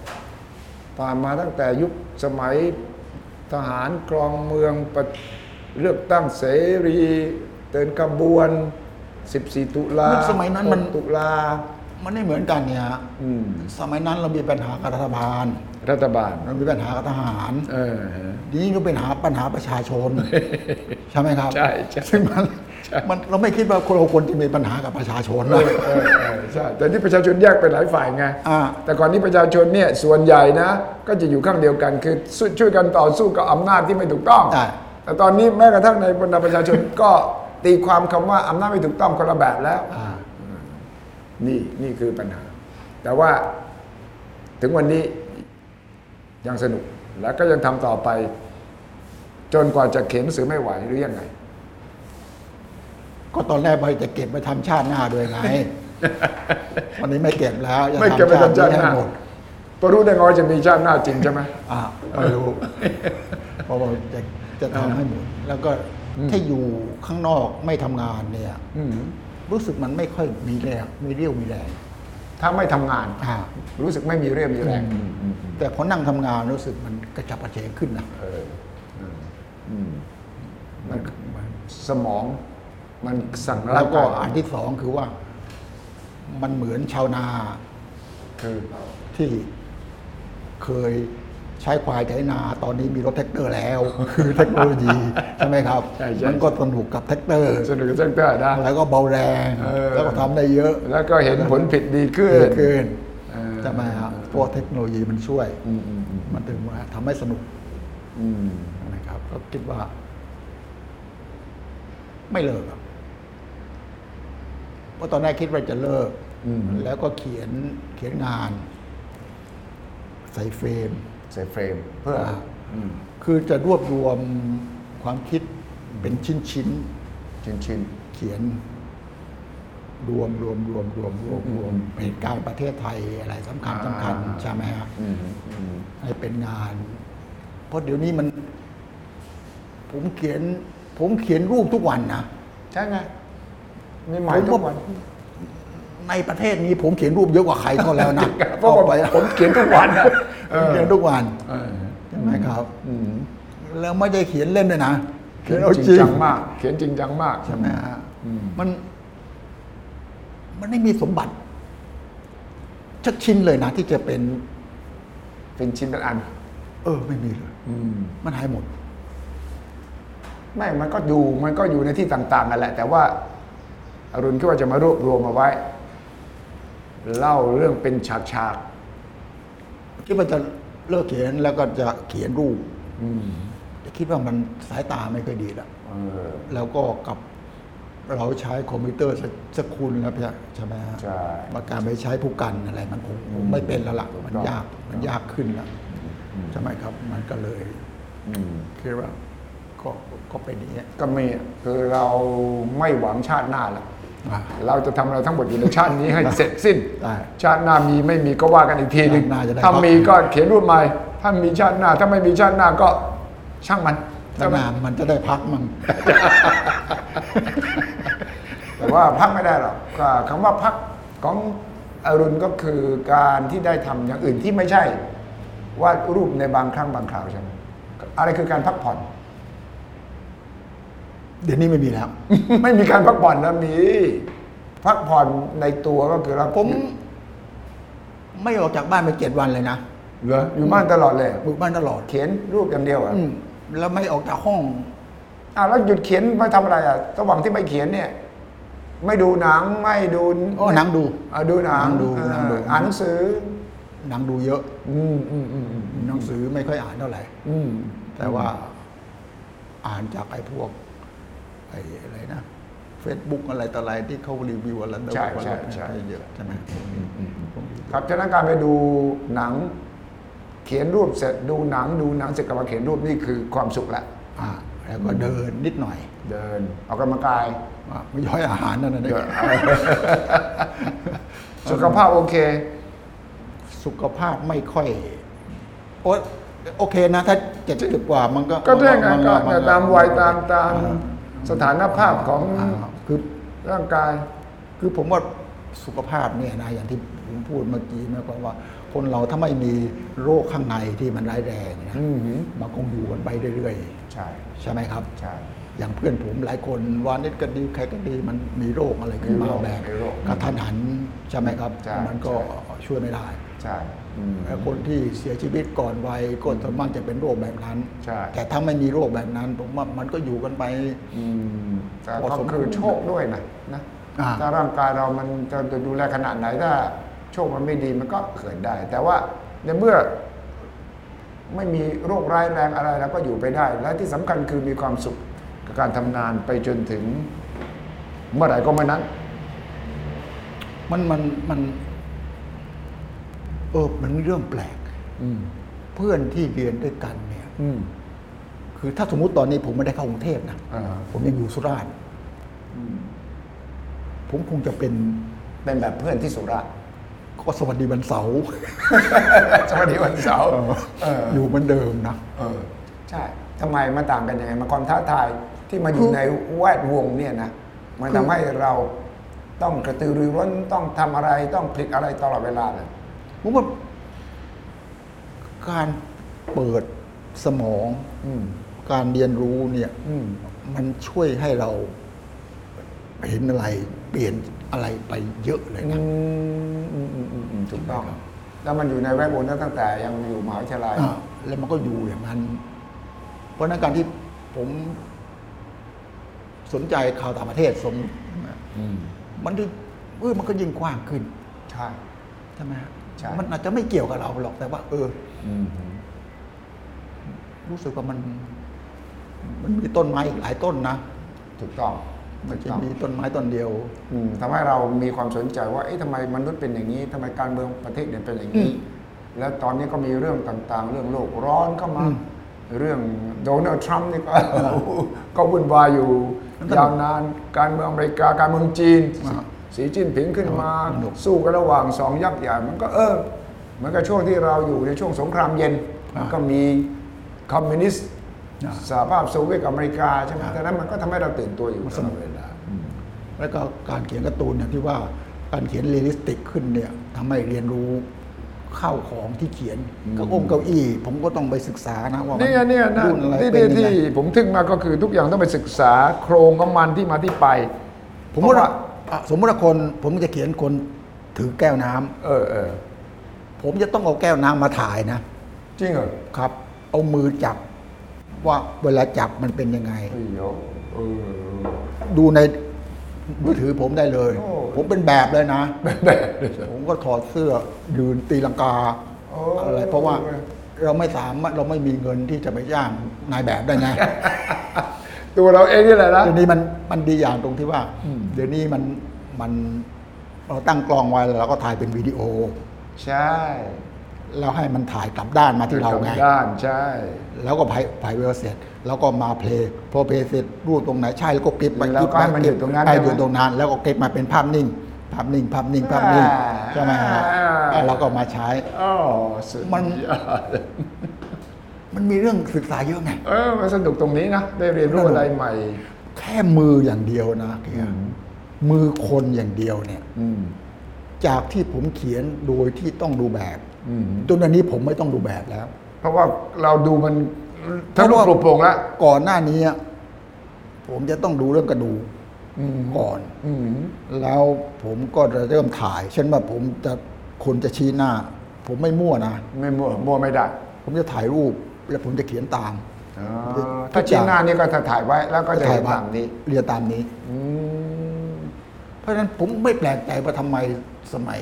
Speaker 1: ผ่านมาตั้งแต่ยุคสมัยทหารครองเมืองปะเลือกตั้งเสรี เตินขบวน 14 ตุลา
Speaker 2: สมัยนั้นมัน
Speaker 1: หกตุลา
Speaker 2: มันไม่เหมือนกันเนี่ยฮะ
Speaker 1: อืม
Speaker 2: สมัยนั้นเรามีปัญหากับรัฐบาล
Speaker 1: รัฐบาล
Speaker 2: เรามีปัญหากับทหาร
Speaker 1: เออฮะ
Speaker 2: ทีนี้ก็เป็นหาปัญหาประชาช น ใช่ไหมครับ
Speaker 1: ใช่ใช่
Speaker 2: ซึ่งมัน
Speaker 1: ใช่
Speaker 2: มันเราไม่คิดว่าคนเราควรจะมีปัญหากับประชาชนนะ
Speaker 1: เออเออใช่แต่นี่ประชาชนแยกเป็นหลายฝ่ายไง
Speaker 2: อ่า
Speaker 1: แต่ก่อนนี้ประชาชนเนี่ยส่วนใหญ่นะ ก็จะอยู่ข้างเดียวกัน คือสู้ช่วยกันต่อสู้กับอำนาจที่ไม่ถูกต้อง
Speaker 2: ใช่
Speaker 1: แต่ตอนนี้แม้กระทั่งในบรรดาประชาชน ก็ตีความคำว่าอำนาจไม่ถูกต้องคนละแบบแล้ว
Speaker 2: อ่า
Speaker 1: นี่นี่คือปัญหา แต่ว่าถึงวันนี้ยังสนุกแล้วก็ยังทำต่อไป จนกว่าจะเข็นหนังสือไม่ไหวหรือยังไง
Speaker 2: ก็ตอนแรกไปจะเก็บไปทำชาติหน้าด้วยไง วันนี้ไม่เก็บแล้วจะ
Speaker 1: ไม่เก็บไปทำชาติหน้า
Speaker 2: ให้หมด
Speaker 1: เพราะรู้ได้ไงว่าจะมีชาติหน้าจริงใช่ไหม
Speaker 2: อ่าไม่ รู้เพราะว่าจะจะทำให้หมด แล้วก็ถ้าอยู่ข้างนอกไม่ทำงานเนี่ย
Speaker 1: อืม
Speaker 2: รู้สึกมันไม่ค่อยมีแรงมีเรี่ยวมีแรง
Speaker 1: ถ้าไม่ทำงาน
Speaker 2: อ่า
Speaker 1: รู้สึกไม่มีเรี่ยวมีแรง
Speaker 2: แต่พอนั่งทำงานรู้สึกมันกระจับกระเฉงขึ้นนะ
Speaker 1: เอออืมอืมมันมันสมอง มันสั่ง
Speaker 2: แล้วก็
Speaker 1: ร่างาย
Speaker 2: อันที่สองคือว่ามันเหมือนชาวนา
Speaker 1: คือ
Speaker 2: ที่เคยใช้ควายไถนา ตอนนี้มีรถแท็กเตอร์แล้ว คือเทคโนโลยี ใช่ไหมครับ มันก็สนุกกับแท็กเตอร์
Speaker 1: สนุกจังเต้นะ
Speaker 2: แล้วก็เบาแรง
Speaker 1: เออ
Speaker 2: แล้วก็ทำได้เยอะ
Speaker 1: แล้วก็เห็นผลผิดดีขึ้น
Speaker 2: เยอะขึ้น
Speaker 1: เออ
Speaker 2: ใช่ไหมครับเพราะวกเทคโนโลยีมันช่วย
Speaker 1: อืมอืมอืม
Speaker 2: มันถึงว่าทำให้สนุก
Speaker 1: อืม
Speaker 2: นะครับ ก็คิดว่า ไม่เลิกอะเพราะตอนแรกคิดว่าจะเลิก
Speaker 1: อืม
Speaker 2: แล้วก็เขียนเขียนงาน ใส่เฟรม
Speaker 1: ใส่เฟรมเพื่อ
Speaker 2: อ่า
Speaker 1: อืม
Speaker 2: คือจะรวบรวมความคิดเป็นชิ้น
Speaker 1: ชินชิน
Speaker 2: ๆ เขียน รวมรวมรวมรวมรวมรวมเหตุการณ์ประเทศไทยอะไรสำคัญ
Speaker 1: อ่า
Speaker 2: สำคัญใช่ไหมฮะ
Speaker 1: ๆอืมอืม
Speaker 2: ให้เป็นงาน เพราะเดี๋ยวนี้มัน ผมเขียน ผมเขียนรูปทุกวันนะ
Speaker 1: ใช่ไง มีหมายทุกวัน
Speaker 2: ในประเทศนี้ผมเขียนรูปเยอะกว่าใครก็แล้วนะ
Speaker 1: เพราะ
Speaker 2: อ
Speaker 1: ว่า
Speaker 2: อกไปแล้ว
Speaker 1: ผมเขียนทุกวันนะอ
Speaker 2: ผม
Speaker 1: อ
Speaker 2: เขียนทุกวัน
Speaker 1: เออ
Speaker 2: ใช่ไหมครับ
Speaker 1: อืม
Speaker 2: แล้วไม่ได้เขียนเล่นด้วยนะ
Speaker 1: เขียน
Speaker 2: อา
Speaker 1: จริงจังมาก เขียนจริงจังมาก
Speaker 2: ใช่ไหมฮะ
Speaker 1: อืม
Speaker 2: มัน มันไม่มีสมบัติชักชิ้นเลยนะที่จะเป็น
Speaker 1: เป็นชิ้นเป็นอัน
Speaker 2: เออ ไม่มีเลย
Speaker 1: อืม
Speaker 2: มันหายหมด
Speaker 1: ไม่ มันก็อยู่ มันก็อยู่ในที่ต่างๆกันแหละ แต่ว่าอรุณก็ว่าจะมารวบรวมมาไว้ เล่าเรื่องเป็นฉาก
Speaker 2: คิดว่าจะเลิกเขียนแล้วก็จะเขียนรูป
Speaker 1: ๆอืม
Speaker 2: แต่คิดว่ามันสายตาไม่ค่อยดีแล้ว
Speaker 1: เออ
Speaker 2: แล้วก็กับเราใช้คอมพิวเตอร์สักสักคุณแล้วพี่ใช่ไหมฮะ
Speaker 1: ใช่
Speaker 2: มาการไปใช้ผู้กันอะไร มันคงคงไม่เป็นแล้วล่ะมันยากมันยากขึ้นแล้วใช่ไหมครับ มันก็เลย
Speaker 1: อืม
Speaker 2: คิดว่าก็ก็เป็นอย่างเงี้ย
Speaker 1: ก็มีคือเราไม่หวังชาติหน้าละ
Speaker 2: อ่า
Speaker 1: เราจะทำอะไรทั้งหมดอยู่ในชาตินี้ให้เสร็จสิ้น
Speaker 2: ได้
Speaker 1: ชาติหน้ามีไม่มีก็ว่ากันอีกทีหนึ่ง
Speaker 2: ชาติหน้าจะได้
Speaker 1: ถ้า
Speaker 2: ครับ
Speaker 1: มีก็เขียนรูปใหม่ ถ้ามีชาติหน้า ถ้าไม่มีชาติหน้าก็ช่างมัน
Speaker 2: แล้วนานมันจะได้พักมั่ง
Speaker 1: แต่ว่าพักไม่ได้หรอกก็คำว่าพักของอรุณก็คือการที่ได้ทำอย่างอื่นที่ไม่ใช่วาดรูปในบางครั้งบางคราวใช่ไหมอะไรคือการพักผ่อน
Speaker 2: เดี๋ยวนี้ไม่มีแล้ว
Speaker 1: ไม่มีการพักผ่อนนะมีพักผ่อนในตัวก็คือเรา
Speaker 2: ผม ไม่ออกจากบ้านไปเจ็ดวันเลยนะ
Speaker 1: เหรออยู่บ้านตลอดเลย
Speaker 2: อยู่บ้านตลอด
Speaker 1: เขียนรูปอย่างเดียวอ่ะ
Speaker 2: อืมแล้วไม่ออกจากห้อง
Speaker 1: อ้าวแล้วหยุดเขียนมาทำอะไรอ่ะระหว่างที่ไม่เขียนเนี่ย ไม่ดูหนังไม่ดู
Speaker 2: อ๋อหนังดู
Speaker 1: อ่ะดูหนัง
Speaker 2: หนังดู
Speaker 1: เออ
Speaker 2: หนังดู
Speaker 1: อ่านหนังสือ
Speaker 2: หนังดูเยอะ
Speaker 1: อืมอืมอืมอืม
Speaker 2: หนังสือไม่ค่อยอ่านเท่าไหร่
Speaker 1: อืม
Speaker 2: แต่ว่าอ่านจากไอ้พวกไอ้อะไรนะเฟซบุ๊กอะไรต่ออะไรที่เขารีวิวอะไรต่ออะไรเยอะใช่ไหม
Speaker 1: ครับฉะนั้นการไปดูหนัง เขียนรูปเสร็จดูหนังดูหนังเสร็จกลับมาเขียนรูปนี่คือความสุขละ
Speaker 2: อ่าแล้วก็เดินนิดหน่อย
Speaker 1: เดินออกกำลังกาย
Speaker 2: ว่าไม่ย่อยอาหารนั่นนะเนี่ย
Speaker 1: สุขภาพโอเค
Speaker 2: สุขภาพไม่ค่อยโอ๊ยโอเคนะ ถ้าเจ็ดสิบกว่ามันก็
Speaker 1: ก็ได้ไง
Speaker 2: มัน
Speaker 1: ก็
Speaker 2: มัน
Speaker 1: ตามวัยตามตามสถานภาพของ
Speaker 2: อ่าคือ
Speaker 1: ร่างกาย
Speaker 2: คือผมว่าสุขภาพเนี่ยนะอย่างที่ผมพูดเมื่อกี้นะความว่า คนเราถ้าไม่มีโรคข้างในที่มันร้ายแรงนะ
Speaker 1: อือหือ
Speaker 2: มันคงอยู่กันไปเรื่อย
Speaker 1: ใช่
Speaker 2: ๆ ใช่ไหมครับ
Speaker 1: ใช่
Speaker 2: อย่างเพื่อนผมหลายคนวานิดก็ดีใครก็ดีมันมีโรคอะไรขึ้น
Speaker 1: มี
Speaker 2: มา
Speaker 1: โรค
Speaker 2: แบบ
Speaker 1: มีโรค
Speaker 2: กระทันหันใช่ไหมครับ
Speaker 1: ใช่
Speaker 2: มันก็
Speaker 1: ใช่
Speaker 2: ช่วยไม่ได้
Speaker 1: ใช่อืม
Speaker 2: แล้วคนที่เสียชีวิตก่อนวัยก็ส่วนมากจะเป็นโรคแบบนั้น
Speaker 1: ใช่
Speaker 2: แต่ถ้าไม่มีโรคแบบนั้น ผมว่ามันก็อยู่กันไป
Speaker 1: อืมแต่
Speaker 2: พอ
Speaker 1: ก็
Speaker 2: สมควร
Speaker 1: คือโชคด้วยนะนะ
Speaker 2: อ่า
Speaker 1: ถ้าร่างกายเรามันจะดูแลขนาดไหนถ้าโชคมันไม่ดีมันก็เกิดได้ แต่ว่าในเมื่อ ไม่มีโรคร้ายแรงอะไรแล้วก็อยู่ไปได้ และที่สำคัญคือมีความสุขกับการทำงานไปจนถึง เมื่อไหร่ก็เมื่อนั้น
Speaker 2: มันมันมันเออมันเรื่องแปลก
Speaker 1: อืม
Speaker 2: เพื่อนที่เรียนด้วยกันเนี่ย
Speaker 1: อืม
Speaker 2: คือถ้าสมมติตอนนี้ผมไม่ได้เข้ากรุงเทพนะ
Speaker 1: อ่าฮะ
Speaker 2: ผมยังอยู่สุราษฎร์ผมคงจะเป็น
Speaker 1: เป็นแบบเพื่อนที่สุราษฎร์
Speaker 2: ก็สวัสดีวันเสาร์
Speaker 1: สวัสดีวันเสาร์เออ
Speaker 2: อยู่เหมือนเดิมนะ
Speaker 1: เออใช่ทำไมมันต่างกันยังไงมันความท้าทายที่มาอ
Speaker 2: คื
Speaker 1: ยู่
Speaker 2: อ
Speaker 1: ในแวดวงเนี่ยนะมันทำให้เราต้องกระตือรือร้นต้องทำอะไรต้องพลิกอะไรตลอดเวลาเลย
Speaker 2: ผมว่าการเปิดสมอง
Speaker 1: อืม
Speaker 2: การเรียนรู้เนี่ย
Speaker 1: อืม
Speaker 2: มันช่วยให้เราเห็นอะไร เปลี่ยนอะไรไปเยอะเลย
Speaker 1: อื
Speaker 2: นะ
Speaker 1: มอืมอืมอืมอืมถูกต้อง แล้วมันอยู่ในแวดวงนั้นตั้งแต่ยังอยู่มหาวิทยาลัย
Speaker 2: อ่าแล้วมันก็อยู่อย่างนั้น เพราะฉะนั้นการที่ผมสนใจข่าวต่างประเทศสม
Speaker 1: อืม
Speaker 2: มันที่เออมันก็ยิ่งกว้างขึ้น
Speaker 1: ใช่
Speaker 2: ใช่ไหมฮะ
Speaker 1: ใช่
Speaker 2: มันอาจจะไม่เกี่ยวกับเราหรอกแต่ว่า เออ
Speaker 1: อืม
Speaker 2: รู้สึกว่ามัน มันมีต้นไม้อีกหลายต้นนะ
Speaker 1: ถูกต้อง
Speaker 2: ไมั
Speaker 1: ถูก
Speaker 2: นจะ
Speaker 1: ต้อง
Speaker 2: มีต้นไม้ต้นเดียว
Speaker 1: อืมทำให้เรามีความสนใจว่า เอ๊ะทำไมมนุษย์เป็นอย่างนี้ทำไมการเมืองประเทศเนี่ยเป็นอย่างนี้ แล้วตอนนี้ก็มีเรื่องต่างๆ เรื่องโลกร้อนเข้ามา
Speaker 2: อืม
Speaker 1: เรื่องโดนัลด์ทรัมป์นี่ก็ ก็วุ่นวายอยู่
Speaker 2: มันก็
Speaker 1: ยาวนาน การเมืองอเมริกา การเมืองจีน
Speaker 2: อ่า
Speaker 1: สีจิ้นผิงขึ้นมา
Speaker 2: สนุก
Speaker 1: สู้กันระหว่างสองยักษ์ใหญ่ มันก็เออเหมือนกับช่วงที่เราอยู่ในช่วงสงครามเย็น มันก็มีคอมมิวนิสต์
Speaker 2: อ่า
Speaker 1: สหภาพโซเวียตกับอเมริกาใช่ไหมดังนั้นมันก็ทำให้เราตื่นตัวอยู่ตลอดเวลา
Speaker 2: แล้วก็การเขียนการ์ตูนอย่างที่ว่าการเขียนเรียลลิสติกขึ้นเนี่ยทำให้เรียนรู้เข้าวของที่เขียนเก้าองเก้าอี้ ผมก็ต้องไปศึกษานะว่ามั
Speaker 1: เนี่ยเนี่ยนะ
Speaker 2: รุ่นอะไร
Speaker 1: ที่
Speaker 2: เป็น
Speaker 1: ที่
Speaker 2: ยัง
Speaker 1: ที่
Speaker 2: ไง
Speaker 1: ผมทึ่งมากก็คือทุกอย่างต้องไปศึกษาโครงของมันที่มาที่ไป
Speaker 2: ผมว่าอ่ะสมมติว่าคนผมจะเขียนคนถือแก้วน้ำ
Speaker 1: เออเออ
Speaker 2: ผมจะต้องเอาแก้วน้ำมาถ่ายนะ
Speaker 1: จริงเหรอ
Speaker 2: ครับ เอามือจับว่าเวลาจับมันเป็นยังไง
Speaker 1: เฮ้ยโยเออ
Speaker 2: ดูในมือถือผมได้เลย
Speaker 1: โอ้
Speaker 2: ผมเป็นแบบเลยนะ
Speaker 1: แบบ
Speaker 2: ผมก็ถอดเสื้อยืนตีลังกา
Speaker 1: โอ้
Speaker 2: อะไร เพราะว่าเราไม่สามารถเราไม่มีเงินที่จะไปจ้างนายแบบได้นะ
Speaker 1: ตัวเราเองนี่แหละนะ
Speaker 2: เดี๋ยวนี้มันมันดีอย่างตรงที่ว่า เดี๋ยวนี้มันมันเราตั้งกล้องไว้แล้วเราก็ถ่ายเป็นวิดีโอ
Speaker 1: ใช่
Speaker 2: แล้วให้มันถ่ายกลับด้านมาที่เราไง
Speaker 1: ด้านใช่
Speaker 2: แล้วก็ไผ่ไผ่เวลเสร็จ แล้วก็มาเพลย์พอเพลย์เสร็จรูปตรงไหนใช่แล้วก็คลิปไป
Speaker 1: แล้วก็ให้มัน
Speaker 2: คลิป
Speaker 1: อยู่ตรงนั้นใช่
Speaker 2: ให้
Speaker 1: ไหม
Speaker 2: อยู่ตรงนั้น แล้วก็คลิปมาเป็นภาพนิ่ง ภาพนิ่ง ภาพนิ่ง ภาพนิ่ง
Speaker 1: อ่า
Speaker 2: ใช่ไหมฮะ
Speaker 1: อ่า
Speaker 2: แล้วเราก็มาใช้
Speaker 1: อ๋อสุด
Speaker 2: มัน
Speaker 1: ยอด
Speaker 2: มันมีเรื่องศึกษาเยอะไง
Speaker 1: เออมันสนุกตรงนี้นะ ได้เรียนรู้อะไรใหม่
Speaker 2: แค่มืออย่างเดียวนะเนี่ยมือคนอย่างเดียวเนี่ย
Speaker 1: อืม
Speaker 2: จากที่ผมเขียนโดยที่ต้องดูแบบ
Speaker 1: อืม
Speaker 2: จนวันนี้ผมไม่ต้องดูแบบแล้ว
Speaker 1: เพราะว่าเราดูมันทะลุปลุกโปร่งแล้ว
Speaker 2: ก่อนหน้านี้อะผมจะต้องดูเรื่องกระดูกก่อน
Speaker 1: อืม
Speaker 2: แล้วผมก็จะเริ่มถ่าย เช่นว่าผมจะคนจะชี้หน้า ผมไม่มั่วนะ
Speaker 1: ไม่มัวมัวไม่ได้
Speaker 2: ผมจะถ่ายรูปแล้วผมจะเขียนตาม
Speaker 1: อ๋อถ้าชิ้นหน้านี้ก็จะถ่ายไว้แล้วก็จะเห็น
Speaker 2: ว่
Speaker 1: ตามนี้
Speaker 2: เรียนตามนี้
Speaker 1: อืม
Speaker 2: ราะฉะนั้นผมไม่แปลกใจว่าทำไมสมัย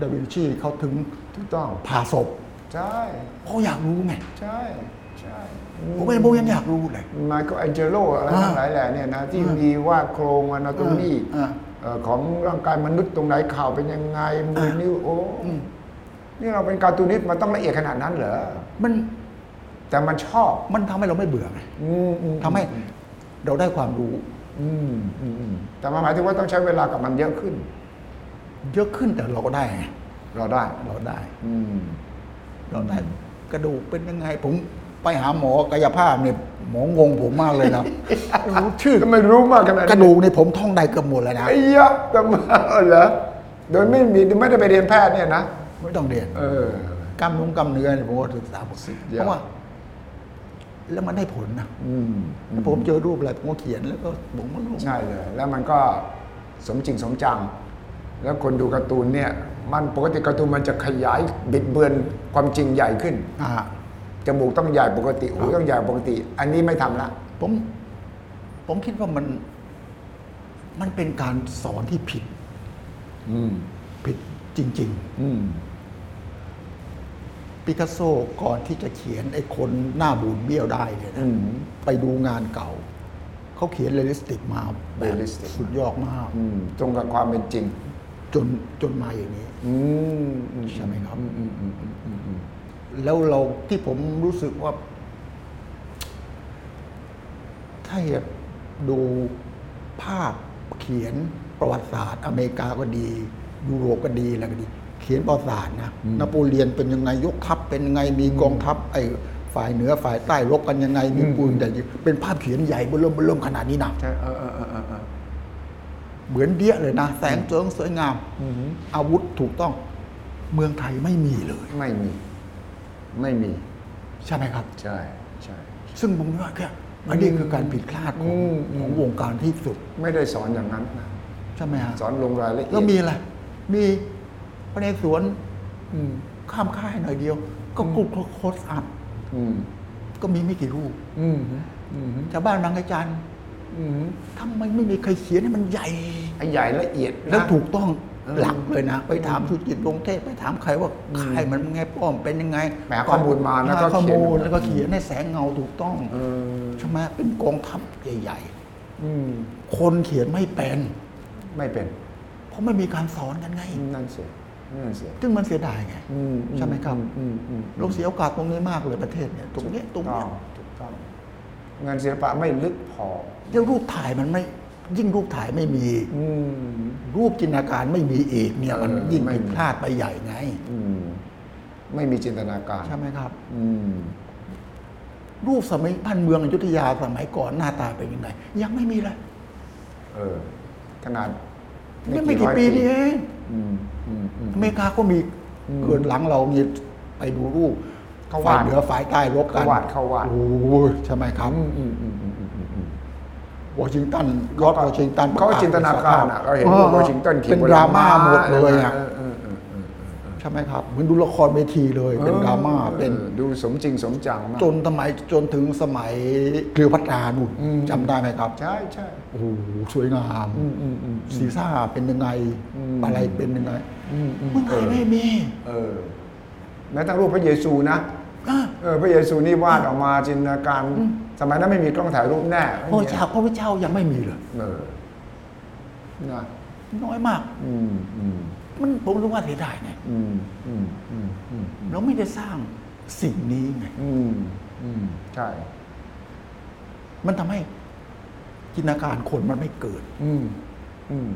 Speaker 2: ดาวินชีเขาถึง
Speaker 1: ถูกต้อง
Speaker 2: ผ่าศพ
Speaker 1: ใช่
Speaker 2: เขาอยากรู้ไง
Speaker 1: ใช่ ใช่
Speaker 2: ผมเองผมยังอยากรู้เลย
Speaker 1: ไมเคิลแองเจโลอะไร
Speaker 2: อ่า
Speaker 1: ทั้งหลายแหล่เนี่ยนะ ที่มีว่าโครงอนาโตมี
Speaker 2: อ่า
Speaker 1: ของร่างกายมนุษย์ตรงไหนข่าวเป็นยังไง มือนิ้วโอ้นี่เราเป็นการ์ตูนิสต์มันต้องละเอียดขนาดนั้นเหรอ
Speaker 2: มัน
Speaker 1: แต่มันชอบ
Speaker 2: มันทำให้เราไม่เบื่อไง
Speaker 1: อืมอืม
Speaker 2: ทำให้เราได้ความรู้
Speaker 1: อืมอืมอืมแต่มันหมายถึงว่าต้องใช้เวลากับมันเยอะขึ้น
Speaker 2: เยอะขึ้นแต่เราก็ได้ไง
Speaker 1: เราได้
Speaker 2: เราได้
Speaker 1: อืม
Speaker 2: เราได้กระดูกเป็นยังไง ผมไปหาหมอกายภาพเนี่ยหมองงผมมากเลยนะ รู้ชื่อ
Speaker 1: ก็ไม่รู้มากขนาด
Speaker 2: กระ
Speaker 1: นี้
Speaker 2: ดูกในผมท่องได้เกือบหมดเลยนะ
Speaker 1: ไอ้ยะตำมาเหรอ โดยไม่มีไม่ได้ไปเรียนแพทย์เนี่ยนะ
Speaker 2: ไม่ต้องเรียน
Speaker 1: เออ
Speaker 2: กล้ามเนุ้งกล้ามเนื้อเนี่ยผมก็ศึกษาหมดสิ
Speaker 1: เยี่ยม
Speaker 2: เพราะว่า แล้วมันได้ผลนะ
Speaker 1: อืม
Speaker 2: แล้วผมเจอรูปอะไรผมก็เขียนแล้วก็ผมก็รู้
Speaker 1: ใช่เลย แล้วมันก็สมจริงสมจัง แล้วคนดูการ์ตูนเนี่ย มันปกติการ์ตูนมันจะขยายบิดเบือนความจริงใหญ่ขึ้น
Speaker 2: อ่า
Speaker 1: จมูกต้องใหญ่ปกติ หูต้องใหญ่ปกติ อันนี้ไม่ทำละ
Speaker 2: ผม ผมคิดว่ามัน มันเป็นการสอนที่ผิด
Speaker 1: อืม
Speaker 2: ผิดจริง ๆ
Speaker 1: อืม
Speaker 2: ปิกัสโซก่อนที่จะเขียนไอ้คนหน้าบูนเบี้ยวได้เนี่ย
Speaker 1: อื
Speaker 2: นะ
Speaker 1: ม
Speaker 2: ไปดูงานเก่า เขาเขียนเรลิสติกมาแบบ
Speaker 1: realistic
Speaker 2: สุดยอดมาก
Speaker 1: อืม ตรงกับความเป็นจริง
Speaker 2: จนจนมาอย่างนี้
Speaker 1: อืมอื
Speaker 2: ใช่ไหมครับ
Speaker 1: อืมอืมอืมอืมอืม
Speaker 2: แล้วเราที่ผมรู้สึกว่า ถ้าอยากดูภาพเขียนประวัติศาสตร์ อเมริกาก็ดี ยุโรปก็ดีอะไรก็ดี เขียนประวัติศาสตร์นะนโปเลียนเป็นยังไงยกทัพเป็นยังไงมีกองทัพไอ้ฝ่ายเหนือฝ่ายใต้รบกันยังไงมีปืนแต่ยิงเป็นภาพเขียนใหญ่เบอเริ่มเบอเริ่มขนาดนี้นะ
Speaker 1: ใช่ เออเออเออเออเออ
Speaker 2: เหมือนเดียเลยนะ แสงเสริงสวยงาม
Speaker 1: อืม
Speaker 2: อาวุธถูกต้อง เมืองไทยไม่มีเลย
Speaker 1: ไม่มี ไม่มี
Speaker 2: ใช่ไหมครับ
Speaker 1: ใช่ใช่
Speaker 2: ซึ่งผมว่าแค่อันนี้คือการผิดพลาดของ
Speaker 1: อืมอืม
Speaker 2: ของวงการที่สุด
Speaker 1: ไม่ได้สอนอย่างนั้นนะ
Speaker 2: ใช่ไหมฮะ
Speaker 1: สอนลงรายละเอียด
Speaker 2: แล้วมีอะไร มีพระเนสวนข้ามค่ายหน่อยเดียว ก็กรุ๊ปโคสอัพ
Speaker 1: อืม
Speaker 2: ก็มีไม่กี่รูป
Speaker 1: อืม อืม
Speaker 2: ชาวบ้านบางกระจัน
Speaker 1: อืม
Speaker 2: ทำไมไม่มีใครเขียนให้มันใหญ่
Speaker 1: ไอ้ใหญ่ละเอียดนะ
Speaker 2: แล้วถูกต้อง
Speaker 1: เออ
Speaker 2: หลักเลยนะ ไปถามธุรกิจกรุงเทพไปถามใครว่าค่ายมันไงป้อมเป็นยังไง
Speaker 1: แหมข้อมูลมาแล้วก็
Speaker 2: ข้อ
Speaker 1: เขียน
Speaker 2: มูลแล้วก็เขียนให้แสงเงาถูกต้อง
Speaker 1: เออ
Speaker 2: ใช่ไหมเป็นกองทัพใหญ่
Speaker 1: อืม
Speaker 2: ๆคนเขียนไม่เป็น
Speaker 1: ไม่เป็น
Speaker 2: เพราะไม่มีการสอนกันไง
Speaker 1: นั่นเสียนั่นเสีย
Speaker 2: ซึ่งมันเสียดายไง
Speaker 1: อือื
Speaker 2: ใช่ไหมครับ
Speaker 1: อืมอืมอืม
Speaker 2: เราเสียโอกาสตรงนี้มากเลยประเทศเนี่ย ตรงเนี้ยตรง
Speaker 1: ต้อ
Speaker 2: เนี้ย
Speaker 1: งถูกต้องงานศิลปะไม่ลึกพอ
Speaker 2: เรื่องรูปถ่ายมันไม่ ยิ่งรูปถ่ายไม่มี
Speaker 1: อืม
Speaker 2: รูปจินตนาการไม่มีอีกเนี่ยมัน
Speaker 1: เออ
Speaker 2: ยิ่ง
Speaker 1: ไม่
Speaker 2: ผิด
Speaker 1: มี
Speaker 2: พลาดไปใหญ่ไง
Speaker 1: อืม ไม่มีจินตนาการ
Speaker 2: ใช่ไหมครับ
Speaker 1: อืม
Speaker 2: รูปสมัยพันเมืองอยุธยาสมัยก่อนหน้าตาเป็นยังไง ยังไม่มีเลย
Speaker 1: เออ ขนาด
Speaker 2: ไม่ไม่กี่
Speaker 1: ร้อย
Speaker 2: ปีนี่เอง
Speaker 1: อืมอืมอืม
Speaker 2: อเมริกาก็มี
Speaker 1: อืม
Speaker 2: เกินหลังเรามีไปดูรูปฝ่าว
Speaker 1: เขาาด
Speaker 2: ยเหนือฝ่ายใต้รบกัน
Speaker 1: เขาวาดเขาวาด
Speaker 2: โอ้ยใช่ไหมครับ
Speaker 1: อืมอืมอืมอืมอืมอืม
Speaker 2: วอชิงตันรอดวอชิงตัน
Speaker 1: เขาจินตนาการอ่ะเราเห็นว่าวอชิงตันขี่
Speaker 2: เป็น
Speaker 1: บ
Speaker 2: ดราม่าหมดเลยอ่ะ
Speaker 1: เเออเออเออเออ
Speaker 2: ใช่ไหมครับ เหมือนดูละครเวทีเลย เป็นดราม่า
Speaker 1: ออ
Speaker 2: เป็น
Speaker 1: ดูสมจริงสมจังมาก
Speaker 2: จนสมัยจนถึงสมัยเคลียวพัตรานู่น
Speaker 1: อืม
Speaker 2: จำได้ไหมครับ
Speaker 1: ใช่ใช่
Speaker 2: โอ้โหสวยงาม
Speaker 1: อืมอืมอืม
Speaker 2: สีซ่าเป็นยังไง
Speaker 1: อืม
Speaker 2: อะไรเป็นยังไง
Speaker 1: อืมอืม
Speaker 2: เมืองไท
Speaker 1: เอย อ
Speaker 2: ไม่มี
Speaker 1: เออแม้แต่รูปพระเยซูนะ
Speaker 2: อ่ะ
Speaker 1: เออพระเยซูนี่วาดออกมาจินตนาการ สมัยนั้นไม่มีกล้องถ่ายรูปแน่ไม่
Speaker 2: พระ
Speaker 1: มี
Speaker 2: เจ้าพระวิเจ้ายังไม่มีเลย
Speaker 1: เออนะ
Speaker 2: น้อยมาก
Speaker 1: อืมอืม
Speaker 2: มันผมรู้ว่าเสียดายไง
Speaker 1: อืมอืมอืมอืม
Speaker 2: เราไม่ได้สร้างสิ่งนี้ไง
Speaker 1: อืมอืมใช่
Speaker 2: มันทำให้จินตนาการคนมันไม่เกิด
Speaker 1: อืมอืม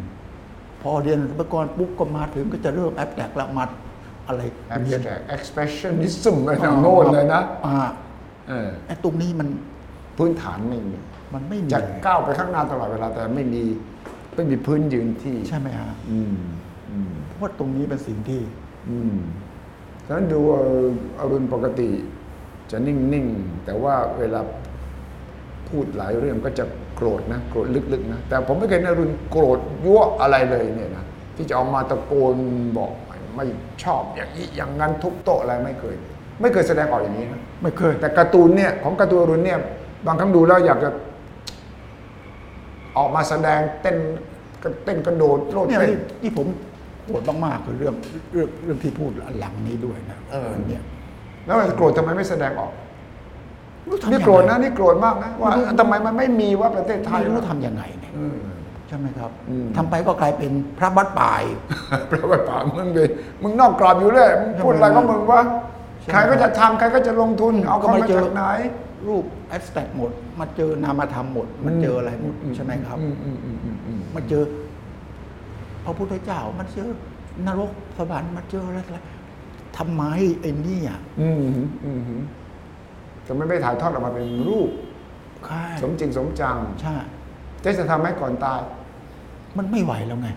Speaker 2: พอเรียนอุปกรณ์ปุ๊บก็มาถึงก็จะเริ่มแอปแตกละมัดอะไรเรียน
Speaker 1: abstract expressionism อะไร
Speaker 2: อ่า
Speaker 1: ต่างโน้นเลยนะ
Speaker 2: อ่า
Speaker 1: เออ
Speaker 2: ไอ้ตรงนี้มัน
Speaker 1: พื้นฐานไม่มี
Speaker 2: มันไม่มี
Speaker 1: จะก้าวไปข้างหน้าตลอดเวลาแต่ไม่มีไม่มีพื้นยืนที่
Speaker 2: ใช่ไหมฮะ
Speaker 1: อืมอืม
Speaker 2: เพราะว่าตรงนี้เป็นสิ่งที่
Speaker 1: อืมฉะนั้นดูเอ่ออรุณปกติจะนิ่ง ๆ แต่ว่าเวลาพูดหลายเรื่องก็จะโกรธนะ โกรธลึก ๆ นะ แต่ผมไม่เคยเห็นอรุณโกรธยั่วอะไรเลยเนี่ยนะ ที่จะออกมาตะโกนบอกไม่ไม่ชอบอย่างนี้อย่างนั้นทุบโต๊ะอะไรไม่เคย ไม่เคยแสดงออกอย่างนี้นะ
Speaker 2: ไม่เคย
Speaker 1: แต่การ์ตูนเนี่ยของการ์ตูนอรุณเนี่ยบางครั้งดูแล้วอยากจะ ออกมาแสดงเต้น ก็เต้นกระโดดโลด
Speaker 2: เนี่ย
Speaker 1: เต้น
Speaker 2: ที่ที่ผมปวดมากๆคือเรื่องเรื่องเรื่องที่พูดอันหลังนี้ด้วยนะ
Speaker 1: เออ
Speaker 2: เนี่ย
Speaker 1: แล้วมันโกรธทำไมไม่แสดงออก
Speaker 2: ทำยังไง
Speaker 1: นี่โกรธนะนี่โกรธมากนะว่าทำไมมันไม่มีว่าประเทศไทย
Speaker 2: ไม่รู้
Speaker 1: วะ
Speaker 2: ทำยังไงเนี่ย
Speaker 1: อืม
Speaker 2: ใช่ไหมครับ
Speaker 1: อืม
Speaker 2: ทำไปก็กลายเป็นพระบัดป่าย
Speaker 1: แปลว่าป่ามึงดิมึงนอกกรอบอยู่เลยมึงพูดอะไรก็มึงวะ
Speaker 2: ใช่
Speaker 1: ใครก็จะทำใครก็จะลงทุน เอาเข้ามาจากไหน
Speaker 2: รูปแอสแต็กหมด มาเจอนามธรรมหมด มันเจออะไรหมดใช่ไหมครับ
Speaker 1: อืมอืมอืมอืมอืม
Speaker 2: มันเจอ พระพุทธเจ้า มันเจอนรกสวรรค์มันเจออะไรอะไรทำไมไอ้เนี่อ่ะ
Speaker 1: อืมอืมอืมแต่มันไม่ถ่ายทอดออกมาเป็นรูป
Speaker 2: ใช่
Speaker 1: สมจริงสมจัง
Speaker 2: ใช่
Speaker 1: เจ๊จะทำให้ก่อนตาย
Speaker 2: มันไม่ไหวแล้วไง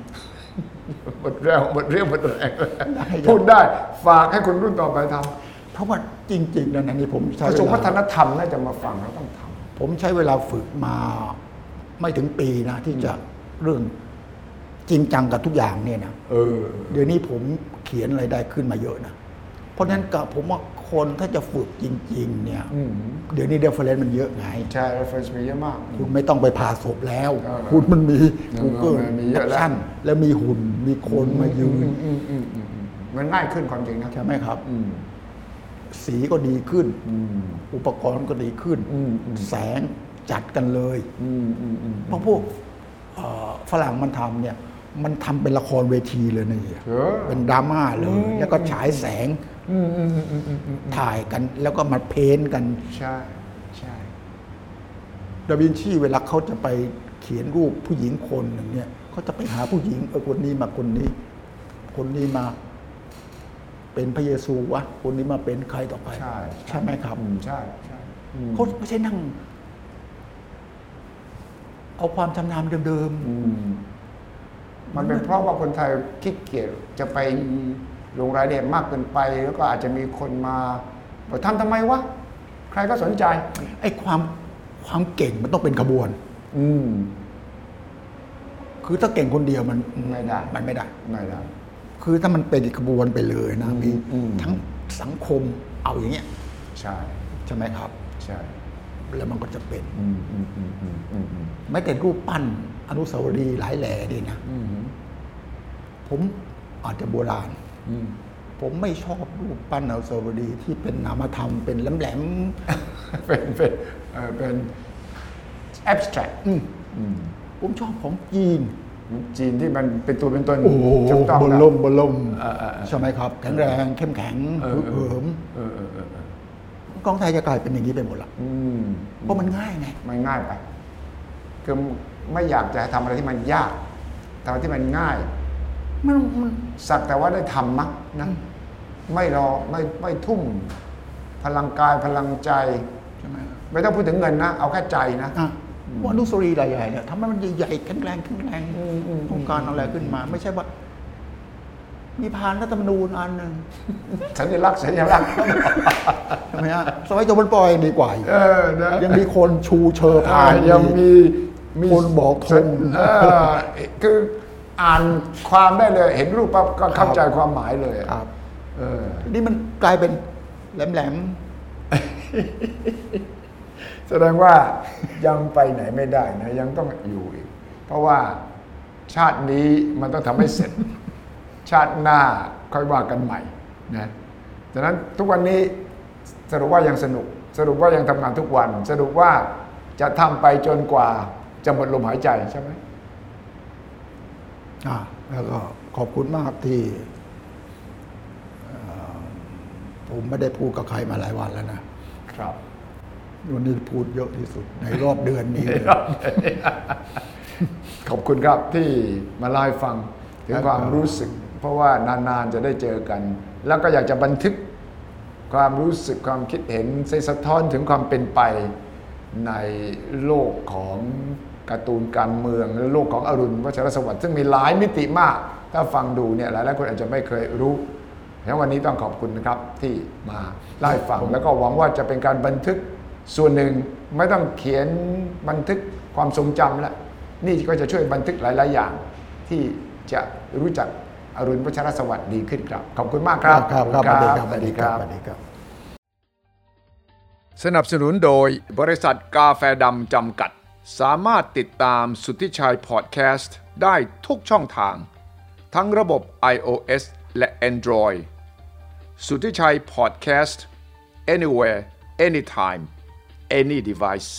Speaker 1: หมดแรงหมดเรี่ยวหมดแรงแล้ว
Speaker 2: ได้
Speaker 1: พูดได้ฝากให้คนรุ่นต่อไปทำ
Speaker 2: เพราะว่าจริงๆแล้วนะนี่ผมใช้
Speaker 1: กระทรวงวั
Speaker 2: เว
Speaker 1: ฒน
Speaker 2: ลา
Speaker 1: ธรรมน่าจะมาฟังแล้วต้องท
Speaker 2: ผมใช้เวลาฝึกมาไม่ถึงปีนะ ที่จะเรื่องจริงจังกับทุกอย่างเนี่ยนะ
Speaker 1: ำเออ
Speaker 2: เดี๋ยวนี้ผมเขียนอะไรได้ขึ้นมาเยอะนะ เพราะฉะนั้นกับผมว่าคนถ้าจะฝึกจริง ๆ เนี่ย
Speaker 1: อืม
Speaker 2: เดี๋ยวนี้เดฟเฟรนซ์มันเยอะไง
Speaker 1: ใช่ reference มีเยอะมาก
Speaker 2: คุณไม่ต้องไปผ่าศพแล้ว
Speaker 1: เออ
Speaker 2: คุณมันมี
Speaker 1: เออ
Speaker 2: Google
Speaker 1: มันมีเยอะแล้ว
Speaker 2: Action แล้วมีหุ่น มีคนมายืน
Speaker 1: อืมอืมอืมอืมมันง่ายขึ้นความจริงนะ
Speaker 2: ใช่ไหมครับ
Speaker 1: อืม
Speaker 2: สีก็ดีขึ้น
Speaker 1: อืม
Speaker 2: อุปกรณ์ก็ดีขึ้น
Speaker 1: อืมอืม
Speaker 2: แสงจัดกันเลย
Speaker 1: อืมอืมอืม
Speaker 2: เพราะพวกเอ่อฝรั่งมันทำเนี่ย มันทำเป็นละครเวทีเลยนะเนี่ย
Speaker 1: เออ
Speaker 2: เป็นดราม่าเล
Speaker 1: อื
Speaker 2: ย
Speaker 1: ม
Speaker 2: แล้วก็ฉายแสง
Speaker 1: อืมอืมอืมอืมอืมอืม
Speaker 2: ถ่ายกันแล้วก็มาเพ้นท์กัน
Speaker 1: ใช่ใช่
Speaker 2: ดาวินชีเวลาเขาจะไปเขียนรูปผู้หญิงคนหนึ่งเนี่ยเขาจะไปหาผู้หญิงเออคนนี้มาคนนี้ คนนี้มา เป็นพระเยซูวะคนนี้มาเป็นใครต่อไป
Speaker 1: ใช่
Speaker 2: ไหมครับ
Speaker 1: อืมใช่ใช่อืม
Speaker 2: เขาไม่ใช่นั่ง เอาความชำนาญเดิม
Speaker 1: อืมมันเป็นเพราะว่าคนไทยขี้เกียจจะไปลงรายละเอียดมากเกินไป แล้วก็อาจจะมีคนมาบอกทำทำไมวะ ใครก็สนใจ
Speaker 2: ๆไอ้ความความเก่งมันต้องเป็นขบวน
Speaker 1: อืม
Speaker 2: คือถ้าเก่งคนเดียวมัน
Speaker 1: ไม่ได้
Speaker 2: มันไม่ได้
Speaker 1: ไม่ได้
Speaker 2: คือถ้ามันเป็นขบวนไปเลยนะมี
Speaker 1: อืม
Speaker 2: ทั้งสังคมเอาอย่างเงี้ย
Speaker 1: ใช่
Speaker 2: ใช่ไหมครับ
Speaker 1: ใช่
Speaker 2: แล้วมันก็จะเป็น
Speaker 1: อืมอืมอืมอืมอืมอืม
Speaker 2: แม้แต่รูปปั้นอนุสาวรีย์หลายแหล่ดีนะ
Speaker 1: อืม
Speaker 2: ผมอาจจะโบราณ
Speaker 1: อืม
Speaker 2: ผมไม่ชอบรูปปั้นอนุสาวรีย์ที่เป็นนามธรรมเป็นแหลม
Speaker 1: เป็นเป็นเอ่อเป็น abstract
Speaker 2: ๆอืม
Speaker 1: อืม
Speaker 2: ผมชอบของจีน
Speaker 1: จีนที่มันเป็นตัวเป็นตนจั
Speaker 2: จั
Speaker 1: บบต้
Speaker 2: ต้
Speaker 1: อ
Speaker 2: อง งบน
Speaker 1: ได้
Speaker 2: ลมบนลม
Speaker 1: เออเออเออ
Speaker 2: ใช่ไหมครับ แข็งแรงเข้มแข็ง
Speaker 1: เออ
Speaker 2: ฮึก
Speaker 1: เออ
Speaker 2: เหิม
Speaker 1: เออเออเออเออก
Speaker 2: องไทยจะกลายเป็นอย่างนี้ไปหมดละ
Speaker 1: อืม
Speaker 2: เพราะมันง่ายไง
Speaker 1: มันง่ายไปคือไม่อยากจะทำอะไรที่มันยากทำอะไรที่มันง่าย
Speaker 2: มันมัน
Speaker 1: สักแต่ว่าได้ทำมั้งนะไม่รอไม่ไม่ทุ่ม พลังกายพลังใจ
Speaker 2: ใช่ไหมครับ
Speaker 1: ไม่ต้องพูดถึงเงินนะ เอาแค่ใจนะ
Speaker 2: อ่ะว่าอนุสาวรีย์ใหญ่ๆเนี่ยทำให้มันใหญ่ๆแข็งแรงแข็งแรง
Speaker 1: อืมอืม
Speaker 2: ต้องการเอาอะไรขึ้นมา ไม่ใช่ว่า มีพานรัฐธรรมนูญอันหนึ่ง
Speaker 1: สัญลักษณ์สัญลักษณ์
Speaker 2: ทำไมฮะสมัยโจมนปอยดีกว่าอีก
Speaker 1: เออนะ
Speaker 2: ยังมีคนชูเชอพา
Speaker 1: อ่าน นยังมีมี
Speaker 2: คนบอกธง
Speaker 1: เออคืออ่านความได้เลย เห็นรูปปั๊บก็เข้าใจความหมายเลยอะ
Speaker 2: ครับ
Speaker 1: เออ
Speaker 2: นี่มันกลายเป็นแหลม
Speaker 1: แสดงว่า ยังไปไหนไม่ได้นะ ยังต้องอยู่อีก เพราะว่าชาตินี้มันต้องทำให้เสร็จ ชาติหน้าค่อยว่ากันใหม่นะดังนั้นทุกวันนี้สรุปว่ายังสนุก สรุปว่ายังทำงานทุกวัน สรุปว่าจะทำไปจนกว่าจะหมดลมหายใจใช่ไหม
Speaker 2: ๆอ่าแล้วก็ขอบคุณมากที่เอ่อผมไม่ได้พูดกับใครมาหลายวันแล้วนะครับ วันนี้พูดเยอะที่สุดในรอบเดือนนี้เลย
Speaker 1: ขอบคุณครับที่มาเล่าให้ฟังถึง
Speaker 2: ครับ
Speaker 1: ความรู้สึก เพราะว่านานๆจะได้เจอกัน แล้วก็อยากจะบันทึกความรู้สึกความคิดเห็นสะท้อนถึงความเป็นไปในโลกของการ์ตูนการเมืองและโลกของอรุณวัชรสวัสดิ์ซึ่งมีหลายมิติมาก ถ้าฟังดูเนี่ยหลายๆคนอาจจะไม่เคยรู้เพราะฉะนั้นวันนี้ต้องขอบคุณนะครับที่มาเล่าให้ฟังแล้วก็หวังว่าจะเป็นการบันทึกส่วนหนึ่งไม่ต้องเขียนบันทึกความทรงจำแล้ว นี่ก็จะช่วยบันทึกหลาย ๆ อย่าง ที่จะรู้จักอรุณวัชรสวัสดิ์ดีขึ้นครับ ขอบคุณมากครับ
Speaker 2: ครับครับสวัสดีครับสวัสดีครับสวัสดีครับ
Speaker 1: สนับสนุนโดยบริษัทกาแฟดำจำกัด สามารถติดตามสุทธิชัยพอดแคสต์ ได้ทุกช่องทาง ทั้งระบบ iOS และ Android สุทธิชัย Podcast anywhere anytime any device